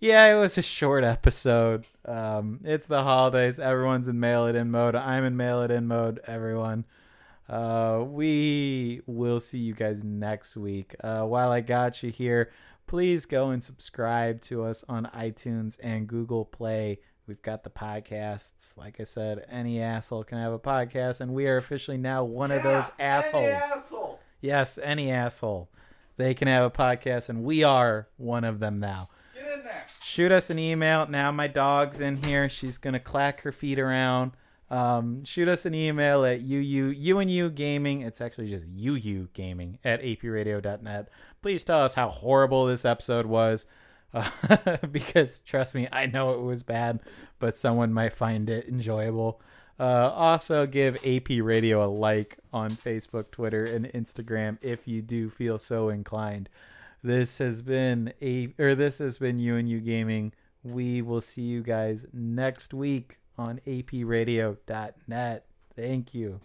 [SPEAKER 1] Yeah, it was a short episode. Um, it's the holidays. Everyone's in mail it in mode. I'm in mail it in mode. Everyone. Uh, we will see you guys next week. Uh, while I got you here, please go and subscribe to us on iTunes and Google Play. We've got the podcasts. Like I said, any asshole can have a podcast, and we are officially now one of those assholes. Yes, any asshole. They can have a podcast, and we are one of them now.
[SPEAKER 2] Get in there.
[SPEAKER 1] Shoot us an email. Now my dog's in here. She's going to clack her feet around. Um, shoot us an email at UU, UNU Gaming. It's actually just UU Gaming at apradio.net. Please tell us how horrible this episode was. Uh, because trust me, I know it was bad, but someone might find it enjoyable. Uh, also, give AP Radio a like on Facebook, Twitter, and Instagram if you do feel so inclined. This has been a or this has been you and you gaming. We will see you guys next week on APRadio.net. Thank you.